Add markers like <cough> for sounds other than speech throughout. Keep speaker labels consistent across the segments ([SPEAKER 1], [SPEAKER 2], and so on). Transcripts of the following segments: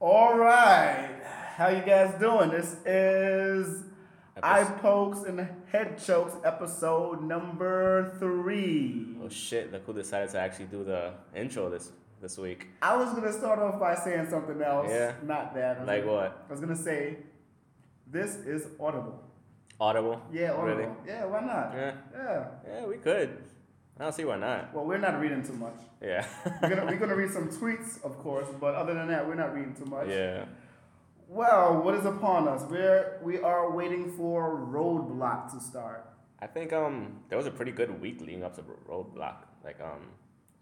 [SPEAKER 1] All right. How you guys doing? This is Eye Pokes and Head Chokes episode number three.
[SPEAKER 2] Oh shit! Look who decided to actually do the intro this this week.
[SPEAKER 1] I was gonna start off by saying something else.
[SPEAKER 2] Yeah.
[SPEAKER 1] Not that. I was
[SPEAKER 2] Like
[SPEAKER 1] gonna-
[SPEAKER 2] what?
[SPEAKER 1] I was gonna say, this is audible.
[SPEAKER 2] Audible.
[SPEAKER 1] Yeah, audible.
[SPEAKER 2] Really?
[SPEAKER 1] Yeah, why not?
[SPEAKER 2] Yeah.
[SPEAKER 1] Yeah.
[SPEAKER 2] Yeah, we could. I don't see why not.
[SPEAKER 1] Well, we're not reading too much.
[SPEAKER 2] Yeah. <laughs>
[SPEAKER 1] We're gonna, we're gonna read some tweets, of course, but other than that, we're not reading too much.
[SPEAKER 2] yeah.
[SPEAKER 1] Well, what is upon us? We're we are waiting for Roadblock to start.
[SPEAKER 2] I think um there was a pretty good week leading up to Roadblock. Like um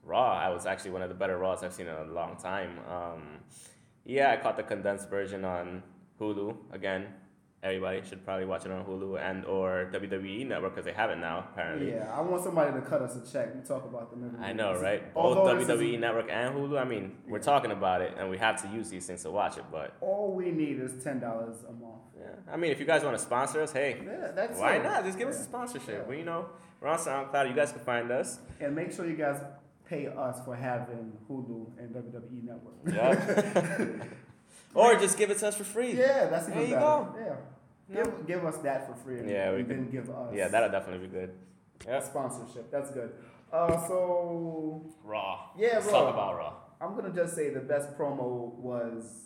[SPEAKER 2] Raw, I was actually one of the better Raws I've seen in a long time. Um yeah, I caught the condensed version on Hulu again. Everybody should probably watch it on Hulu and or WWE Network because they have it now apparently.
[SPEAKER 1] Yeah, I want somebody to cut us a check. We talk about them every
[SPEAKER 2] I
[SPEAKER 1] week.
[SPEAKER 2] know, right? Both E.
[SPEAKER 1] Although this
[SPEAKER 2] WWE
[SPEAKER 1] is-
[SPEAKER 2] Network and Hulu. I mean, we're talking about it, and we have to use these things to watch it. But
[SPEAKER 1] All we need is ten dollars a month.
[SPEAKER 2] yeah, I mean, if you guys want to sponsor us, hey,
[SPEAKER 1] Yeah, that's
[SPEAKER 2] why
[SPEAKER 1] it.
[SPEAKER 2] not? Just give us
[SPEAKER 1] Yeah.
[SPEAKER 2] a sponsorship.
[SPEAKER 1] Yeah.
[SPEAKER 2] We, you know, we're on SoundCloud. You guys can find us.
[SPEAKER 1] And make sure you guys pay us for having Hulu and WWE Network.
[SPEAKER 2] Yep. <laughs> or just give it to us for free.
[SPEAKER 1] <laughs> yeah, that's even
[SPEAKER 2] There you
[SPEAKER 1] better.
[SPEAKER 2] go.
[SPEAKER 1] Yeah.
[SPEAKER 2] No.
[SPEAKER 1] Give, give us that for free. And,
[SPEAKER 2] Yeah, we
[SPEAKER 1] and
[SPEAKER 2] could-
[SPEAKER 1] then give us
[SPEAKER 2] Yeah, that'll definitely be good.
[SPEAKER 1] that
[SPEAKER 2] Yeah.
[SPEAKER 1] sponsorship. That's good. Uh, so
[SPEAKER 2] Raw.
[SPEAKER 1] Yeah,
[SPEAKER 2] Let's
[SPEAKER 1] Raw.
[SPEAKER 2] talk about Raw.
[SPEAKER 1] I'm gonna just say the best promo was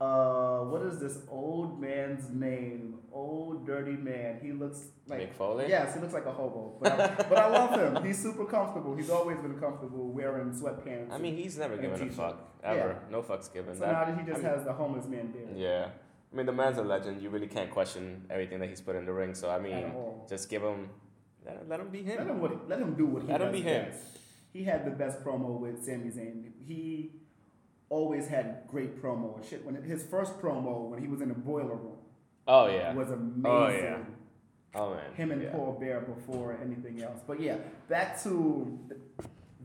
[SPEAKER 1] uh what is this old man's name? Old dirty man. He looks like
[SPEAKER 2] Mick Foley?
[SPEAKER 1] Yes, he looks like a hobo. But
[SPEAKER 2] <laughs>
[SPEAKER 1] I, but I love him. He's super comfortable. He's always been comfortable wearing sweatpants.
[SPEAKER 2] I mean, he's never
[SPEAKER 1] And
[SPEAKER 2] given a
[SPEAKER 1] t-shirt.
[SPEAKER 2] fuck ever. No fucks given.
[SPEAKER 1] so
[SPEAKER 2] That-
[SPEAKER 1] now that he
[SPEAKER 2] I
[SPEAKER 1] just
[SPEAKER 2] mean,
[SPEAKER 1] has the homeless man beard.
[SPEAKER 2] Yeah. I mean, the man's a legend. You really can't question everything that he's put in the ring. So, I mean,
[SPEAKER 1] all.
[SPEAKER 2] just give him, let, let him be him.
[SPEAKER 1] Let him what, let him do what he
[SPEAKER 2] Let him
[SPEAKER 1] does
[SPEAKER 2] be him.
[SPEAKER 1] best. He had the best promo with Sami Zayn. He always had great promo. Shit, when his first promo when he was in the boiler room
[SPEAKER 2] Oh, yeah.
[SPEAKER 1] was amazing.
[SPEAKER 2] Oh, yeah. Oh, man.
[SPEAKER 1] um, him and
[SPEAKER 2] yeah.
[SPEAKER 1] Paul Bear before anything else. But yeah, back to th-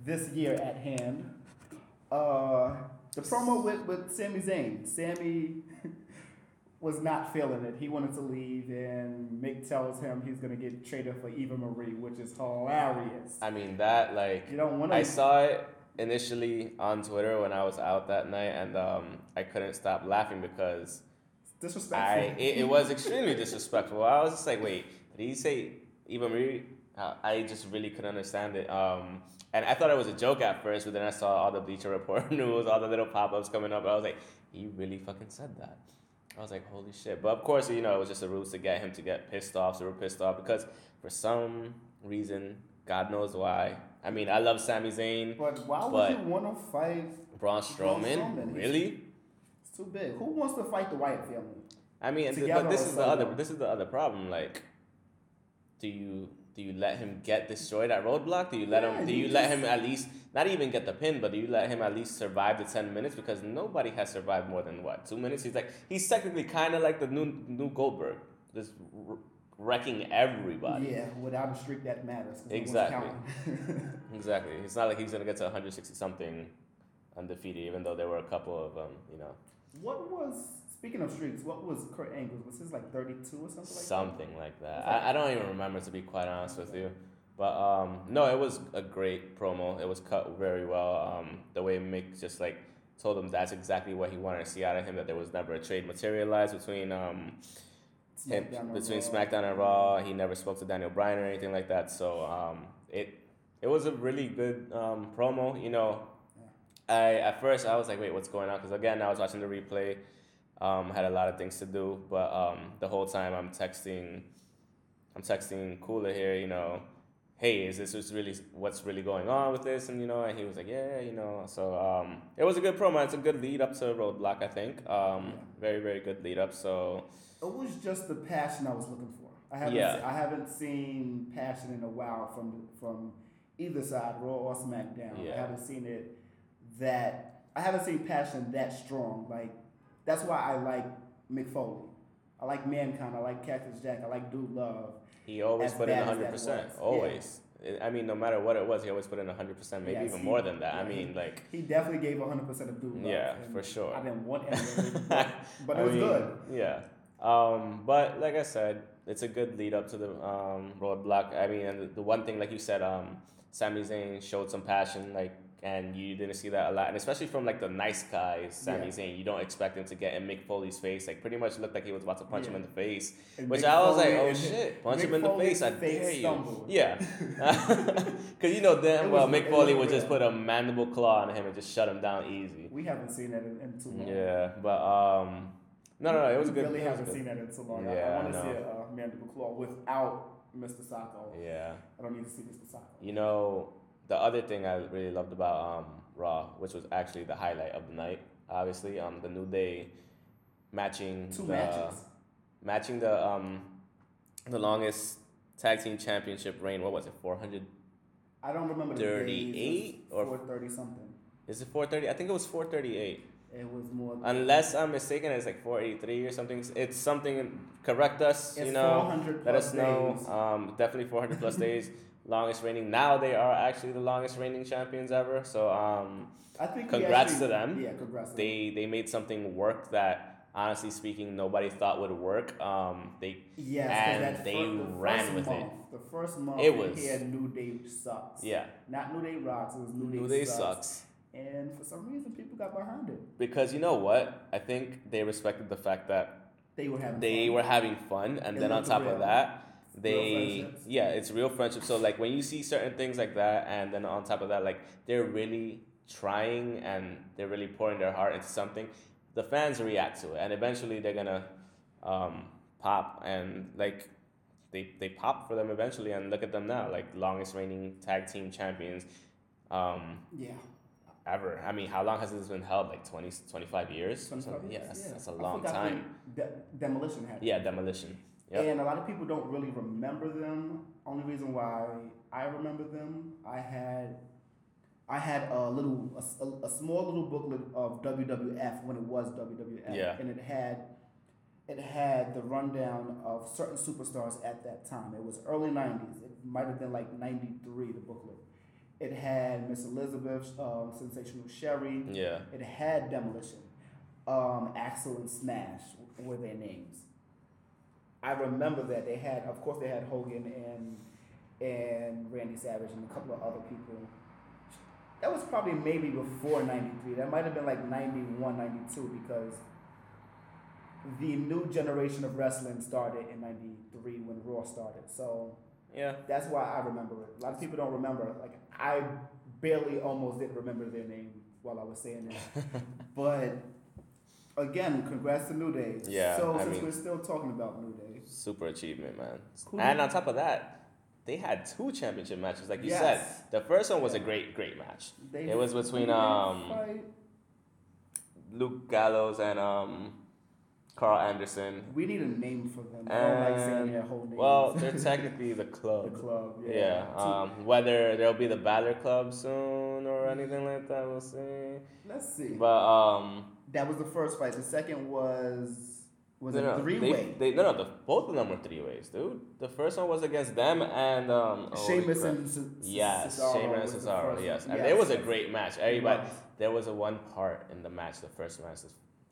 [SPEAKER 1] this year at hand. Uh, the promo with, with Sami Zayn. Sammy <laughs> was not feeling it. He wanted to leave, and Mick tells him he's going to get traded for Eva Marie, which is hilarious.
[SPEAKER 2] I mean, that, like,
[SPEAKER 1] You don't want
[SPEAKER 2] I
[SPEAKER 1] to.
[SPEAKER 2] saw it initially on Twitter when I was out that night, and um, I couldn't stop laughing because I
[SPEAKER 1] Disrespectful.
[SPEAKER 2] it, it was extremely disrespectful. I was just like, wait, did he say Eva Marie? Uh, I just really couldn't understand it. Um, and I thought it was a joke at first, but then I saw all the Bleacher Report <laughs> news, all the little pop ups coming up. I was like, he really fucking said that. I was like, holy shit. But of course, you know, it was just a ruse to get him to get pissed off, super pissed off, because for some reason, God knows why. I mean, I love Sami Zayn,
[SPEAKER 1] But why would
[SPEAKER 2] but-
[SPEAKER 1] you want to fight?
[SPEAKER 2] Braun Strowman.
[SPEAKER 1] Strowman.
[SPEAKER 2] Really?
[SPEAKER 1] It's too big. Who wants to fight the Wyatt family?
[SPEAKER 2] I mean, th-
[SPEAKER 1] together
[SPEAKER 2] but this
[SPEAKER 1] or
[SPEAKER 2] is the
[SPEAKER 1] solo.
[SPEAKER 2] other. This is the other problem. Like, do you do you let him get destroyed at roadblock? Do you let
[SPEAKER 1] Yeah,
[SPEAKER 2] him? Do
[SPEAKER 1] you
[SPEAKER 2] you, let
[SPEAKER 1] just-
[SPEAKER 2] him at least not even get the pin? But do you let him at least survive the ten minutes? Because nobody has survived more than what two minutes. He's like he's technically kind of like the new new Goldberg, just wr- wrecking everybody.
[SPEAKER 1] Yeah, without a streak that matters. 'cause no one's
[SPEAKER 2] Exactly.
[SPEAKER 1] counting.
[SPEAKER 2] Exactly. It's not like he's gonna get to one hundred sixty something undefeated, even though there were a couple of um, you know,
[SPEAKER 1] What was speaking of streaks? What was Kurt Angle's? Was his like thirty two or something? Like
[SPEAKER 2] something like that. I, I don't even remember to be quite honest with you. But um, no, it was a great promo. It was cut very well. Um, the way Mick just like told him that's exactly what he wanted to see out of him. That there was never a trade materialized between um,
[SPEAKER 1] that?
[SPEAKER 2] him,
[SPEAKER 1] SmackDown or
[SPEAKER 2] between
[SPEAKER 1] Raw?
[SPEAKER 2] SmackDown and Raw. He never spoke to Daniel Bryan or anything like that. So um, it it was a really good um, promo. You know, I at first I was like, wait, what's going on? Because again, I was watching the replay. Um, had a lot of things to do, but um, the whole time I'm texting, I'm texting Cooler here. You know, hey, is this what's really what's really going on with this? And you know, and he was like, yeah, you know. So um, it was a good promo. It's a good lead up to Roadblock, I think. Um, very very good lead up. So
[SPEAKER 1] It was just the passion I was looking for. I haven't
[SPEAKER 2] Yeah.
[SPEAKER 1] se- I haven't seen passion in a while from from either side, Raw or SmackDown. I
[SPEAKER 2] Yeah.
[SPEAKER 1] haven't seen it that I haven't seen passion that strong. Like that's why I like Mick Foley. I like Mankind. I like Cactus Jack. I like Dude Love.
[SPEAKER 2] He always
[SPEAKER 1] As
[SPEAKER 2] put in
[SPEAKER 1] bad as that
[SPEAKER 2] 100%.
[SPEAKER 1] was.
[SPEAKER 2] Always. I- I mean, no matter what it was, he always put in 100%, maybe
[SPEAKER 1] Yes,
[SPEAKER 2] even
[SPEAKER 1] he-
[SPEAKER 2] more than that. I
[SPEAKER 1] yeah, he-
[SPEAKER 2] mean, like,
[SPEAKER 1] He definitely gave 100% of Dude Love.
[SPEAKER 2] Yeah,
[SPEAKER 1] and
[SPEAKER 2] for sure.
[SPEAKER 1] I didn't want any of
[SPEAKER 2] <laughs>
[SPEAKER 1] it, but, but it
[SPEAKER 2] I
[SPEAKER 1] was
[SPEAKER 2] mean,
[SPEAKER 1] good.
[SPEAKER 2] Yeah. Um, but like I said, it's a good lead up to the um, roadblock. I mean, and the one thing, like you said, um, Sami Zayn showed some passion, like, and you didn't see that a lot, and especially from like the nice guy Sami
[SPEAKER 1] Yeah.
[SPEAKER 2] Zayn, you don't expect him to get in Mick Foley's face. Like pretty much looked like he was about to punch him
[SPEAKER 1] Yeah.
[SPEAKER 2] in the face,
[SPEAKER 1] And
[SPEAKER 2] which
[SPEAKER 1] Mick
[SPEAKER 2] I was
[SPEAKER 1] Foley
[SPEAKER 2] like, oh
[SPEAKER 1] and-
[SPEAKER 2] shit, punch
[SPEAKER 1] Mick
[SPEAKER 2] him in the
[SPEAKER 1] Foley's
[SPEAKER 2] face, I
[SPEAKER 1] face
[SPEAKER 2] dare you.
[SPEAKER 1] stumbled. <laughs>
[SPEAKER 2] Yeah, <laughs> because you know
[SPEAKER 1] It
[SPEAKER 2] damn
[SPEAKER 1] was-
[SPEAKER 2] well
[SPEAKER 1] it was
[SPEAKER 2] Mick Foley would just
[SPEAKER 1] real.
[SPEAKER 2] put a mandible claw on him and just shut him down easy.
[SPEAKER 1] We haven't seen that in, in too long.
[SPEAKER 2] Yeah, but um, no, no, no, it was a
[SPEAKER 1] we
[SPEAKER 2] good.
[SPEAKER 1] really
[SPEAKER 2] it was
[SPEAKER 1] haven't
[SPEAKER 2] good.
[SPEAKER 1] seen that in too long. I- I,
[SPEAKER 2] Yeah, I
[SPEAKER 1] want to see
[SPEAKER 2] know.
[SPEAKER 1] a uh, mandible claw without Mr. Sacco.
[SPEAKER 2] Yeah,
[SPEAKER 1] I don't need to see Mr. Sacco.
[SPEAKER 2] you know the other thing I really loved about um Raw, which was actually the highlight of the night. Obviously, um, the New Day matching
[SPEAKER 1] Two
[SPEAKER 2] the,
[SPEAKER 1] matches.
[SPEAKER 2] matching the um the longest tag team championship reign. What was it? Four hundred?
[SPEAKER 1] I don't remember the
[SPEAKER 2] 38 or-
[SPEAKER 1] or 430 something.
[SPEAKER 2] Is it four thirty? I think it was four thirty eight.
[SPEAKER 1] It was more.
[SPEAKER 2] Unless I'm mistaken, it's like four eighty three or something. It's something. Correct us.
[SPEAKER 1] it's
[SPEAKER 2] you know.
[SPEAKER 1] 400
[SPEAKER 2] Let
[SPEAKER 1] plus
[SPEAKER 2] us know.
[SPEAKER 1] days.
[SPEAKER 2] Um, definitely
[SPEAKER 1] <laughs>
[SPEAKER 2] 400 plus days. Longest reigning. Now they are actually the longest reigning champions ever. So um,
[SPEAKER 1] I think we
[SPEAKER 2] congrats
[SPEAKER 1] actually-
[SPEAKER 2] to them.
[SPEAKER 1] Yeah, congrats. to them.
[SPEAKER 2] they they made something work that honestly speaking nobody thought would work. Um, they
[SPEAKER 1] Yes, 'cause
[SPEAKER 2] and
[SPEAKER 1] that
[SPEAKER 2] they
[SPEAKER 1] fir- the
[SPEAKER 2] ran
[SPEAKER 1] first
[SPEAKER 2] with it.
[SPEAKER 1] month, The first month,
[SPEAKER 2] It
[SPEAKER 1] we
[SPEAKER 2] was-
[SPEAKER 1] had New Day sucks.
[SPEAKER 2] yeah,
[SPEAKER 1] Not New Day rocks. It was New Day.
[SPEAKER 2] New Day
[SPEAKER 1] sucks.
[SPEAKER 2] sucks
[SPEAKER 1] And for some reason, people got behind it.
[SPEAKER 2] because you know what? I think they respected the fact that
[SPEAKER 1] They were having.
[SPEAKER 2] they
[SPEAKER 1] fun.
[SPEAKER 2] were having fun and
[SPEAKER 1] It
[SPEAKER 2] then on
[SPEAKER 1] looked
[SPEAKER 2] top
[SPEAKER 1] real.
[SPEAKER 2] of that they
[SPEAKER 1] friendships.
[SPEAKER 2] yeah it's real friendship so like when you see certain things like that and then on top of that like they're really trying and they're really pouring their heart into something the fans react to it and eventually they're gonna um, pop and like they, they pop for them eventually and look at them now like longest reigning tag team champions um,
[SPEAKER 1] Yeah.
[SPEAKER 2] ever i mean how long has this been held like 20 25 years or
[SPEAKER 1] 25
[SPEAKER 2] something
[SPEAKER 1] years,
[SPEAKER 2] yeah, that's,
[SPEAKER 1] yeah.
[SPEAKER 2] that's a
[SPEAKER 1] I
[SPEAKER 2] long
[SPEAKER 1] forgot
[SPEAKER 2] time
[SPEAKER 1] when De- demolition happened.
[SPEAKER 2] yeah demolition yep.
[SPEAKER 1] And a lot of people don't really remember them. Only reason why I remember them, I had, I had a little, a s- a, a small little booklet of WWF when it was WWF,
[SPEAKER 2] Yeah.
[SPEAKER 1] and it had, it had the rundown of certain superstars at that time. It was early '90s. It might have been like '93. The booklet. It had Miss Elizabeth, um, Sensational Sherry.
[SPEAKER 2] yeah
[SPEAKER 1] It had Demolition. Um, Axel and Smash were their names. I remember that they had, of course, they had Hogan and and Randy Savage and a couple of other people. That was probably maybe before '93. That might have been like '91, '92 because the new generation of wrestling started in '93 when Raw started. So
[SPEAKER 2] yeah
[SPEAKER 1] that's why I remember it. A lot of people don't remember. Like I barely almost didn't remember their name while I was saying it.
[SPEAKER 2] <laughs>
[SPEAKER 1] but again, congrats to New Day.
[SPEAKER 2] Yeah,
[SPEAKER 1] So
[SPEAKER 2] I
[SPEAKER 1] since
[SPEAKER 2] mean-
[SPEAKER 1] we're still talking about New Day,
[SPEAKER 2] Super achievement, man.
[SPEAKER 1] Cool.
[SPEAKER 2] And uh, on top of that, they had two championship matches, like you said.
[SPEAKER 1] Yes.
[SPEAKER 2] The first one was a great, great match.
[SPEAKER 1] they
[SPEAKER 2] It was between,
[SPEAKER 1] they
[SPEAKER 2] um,
[SPEAKER 1] fight.
[SPEAKER 2] Luke Gallows and um, Carl Anderson.
[SPEAKER 1] We need a name for them. I don't like saying
[SPEAKER 2] and-
[SPEAKER 1] their whole name. <laughs>
[SPEAKER 2] Well, they're technically the
[SPEAKER 1] the
[SPEAKER 2] club.
[SPEAKER 1] club. Yeah.
[SPEAKER 2] Yeah. Um, whether there'll be the Balor Club soon or anything like that, we'll see.
[SPEAKER 1] Let's see.
[SPEAKER 2] But um,
[SPEAKER 1] that was the first fight. The second was was
[SPEAKER 2] no,
[SPEAKER 1] a
[SPEAKER 2] no,
[SPEAKER 1] three
[SPEAKER 2] they-
[SPEAKER 1] way.
[SPEAKER 2] They, no, no, the, both of them were three ways, dude. The first one was against them and um, oh,
[SPEAKER 1] Sheamus
[SPEAKER 2] crap.
[SPEAKER 1] and Ce-
[SPEAKER 2] Yes,
[SPEAKER 1] Cesaro
[SPEAKER 2] Sheamus
[SPEAKER 1] was
[SPEAKER 2] and
[SPEAKER 1] the
[SPEAKER 2] Cesaro.
[SPEAKER 1] first-
[SPEAKER 2] Yes, and it was a great match. Everybody,
[SPEAKER 1] was.
[SPEAKER 2] there was a one part in the match, the first match,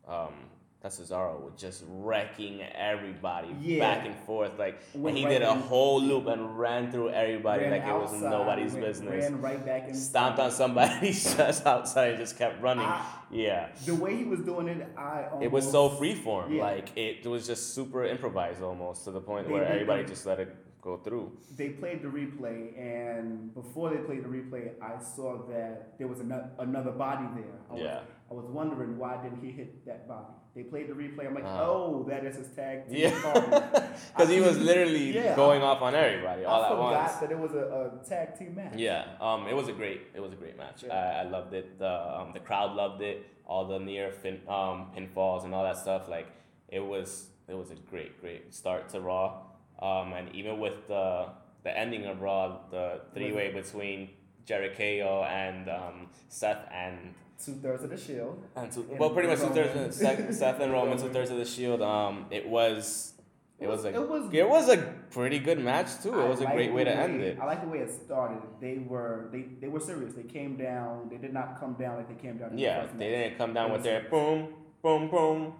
[SPEAKER 2] um, that Cesaro was just wrecking everybody
[SPEAKER 1] Yeah.
[SPEAKER 2] back and forth. Like
[SPEAKER 1] Went
[SPEAKER 2] and he
[SPEAKER 1] right
[SPEAKER 2] did a
[SPEAKER 1] in.
[SPEAKER 2] whole loop and ran through everybody
[SPEAKER 1] Ran
[SPEAKER 2] like it was
[SPEAKER 1] outside,
[SPEAKER 2] nobody's
[SPEAKER 1] ran-
[SPEAKER 2] business.
[SPEAKER 1] Ran right back in.
[SPEAKER 2] Stomped on somebody's chest outside and <laughs> just kept running.
[SPEAKER 1] I-
[SPEAKER 2] yeah,
[SPEAKER 1] The way he was doing it, I almost,
[SPEAKER 2] it was so freeform.
[SPEAKER 1] Yeah.
[SPEAKER 2] Like it was just super improvised almost to the point
[SPEAKER 1] They
[SPEAKER 2] where
[SPEAKER 1] did
[SPEAKER 2] everybody
[SPEAKER 1] that.
[SPEAKER 2] just let it go through.
[SPEAKER 1] They played the replay, and before they played the replay, I saw that there was another, another body there. I was,
[SPEAKER 2] Yeah.
[SPEAKER 1] I was wondering why didn't he hit that body? They played the replay. I'm like,
[SPEAKER 2] Uh-huh.
[SPEAKER 1] oh, that is his tag team
[SPEAKER 2] Yeah. <laughs>
[SPEAKER 1] partner.
[SPEAKER 2] Because he
[SPEAKER 1] I-
[SPEAKER 2] was literally
[SPEAKER 1] Yeah,
[SPEAKER 2] going off on everybody all
[SPEAKER 1] I
[SPEAKER 2] at
[SPEAKER 1] forgot
[SPEAKER 2] once.
[SPEAKER 1] that it was a, a tag team match.
[SPEAKER 2] Yeah, um, it was a great, it was a great match.
[SPEAKER 1] Yeah.
[SPEAKER 2] I, I loved it. The um, the crowd loved it. All the near fin, um, pinfalls and all that stuff. Like it was, it was a great, great start to Raw. Um, and even with the the ending of Raw, the three way between Jericho and um, Seth and
[SPEAKER 1] Two thirds of the Shield.
[SPEAKER 2] and two,
[SPEAKER 1] And
[SPEAKER 2] well, pretty much two
[SPEAKER 1] Roman.
[SPEAKER 2] thirds Seth, Seth and Roman, two
[SPEAKER 1] Roman.
[SPEAKER 2] thirds of the Shield. Um, it was. It was, a,
[SPEAKER 1] It was-
[SPEAKER 2] it was a pretty good match too. It was
[SPEAKER 1] a
[SPEAKER 2] a great way to end it.
[SPEAKER 1] I like the way it started. They were they, they were serious. They came down. They did not come down like they came down. in the
[SPEAKER 2] Yeah,
[SPEAKER 1] first
[SPEAKER 2] they
[SPEAKER 1] match.
[SPEAKER 2] didn't come down
[SPEAKER 1] That
[SPEAKER 2] with
[SPEAKER 1] was
[SPEAKER 2] their boom, boom, boom,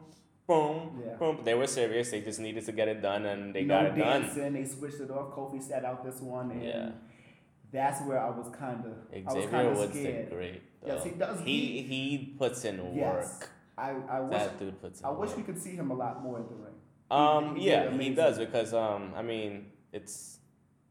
[SPEAKER 2] boom,
[SPEAKER 1] Yeah.
[SPEAKER 2] boom. They were serious. They just needed to get it done, and they
[SPEAKER 1] no
[SPEAKER 2] got it done.
[SPEAKER 1] dancing. They switched it off. Kofi sat out this one, and
[SPEAKER 2] Yeah.
[SPEAKER 1] That's where I was kind of I was
[SPEAKER 2] Xavier
[SPEAKER 1] kind of
[SPEAKER 2] Woods is
[SPEAKER 1] scared.
[SPEAKER 2] great.
[SPEAKER 1] Yes,
[SPEAKER 2] though.
[SPEAKER 1] he does.
[SPEAKER 2] He he puts in
[SPEAKER 1] Yes.
[SPEAKER 2] work.
[SPEAKER 1] I, I wish
[SPEAKER 2] That dude puts in
[SPEAKER 1] I
[SPEAKER 2] work.
[SPEAKER 1] wish we could see him a lot more in the ring.
[SPEAKER 2] Um,
[SPEAKER 1] he did
[SPEAKER 2] yeah, he
[SPEAKER 1] amazing.
[SPEAKER 2] does because um, I mean, it's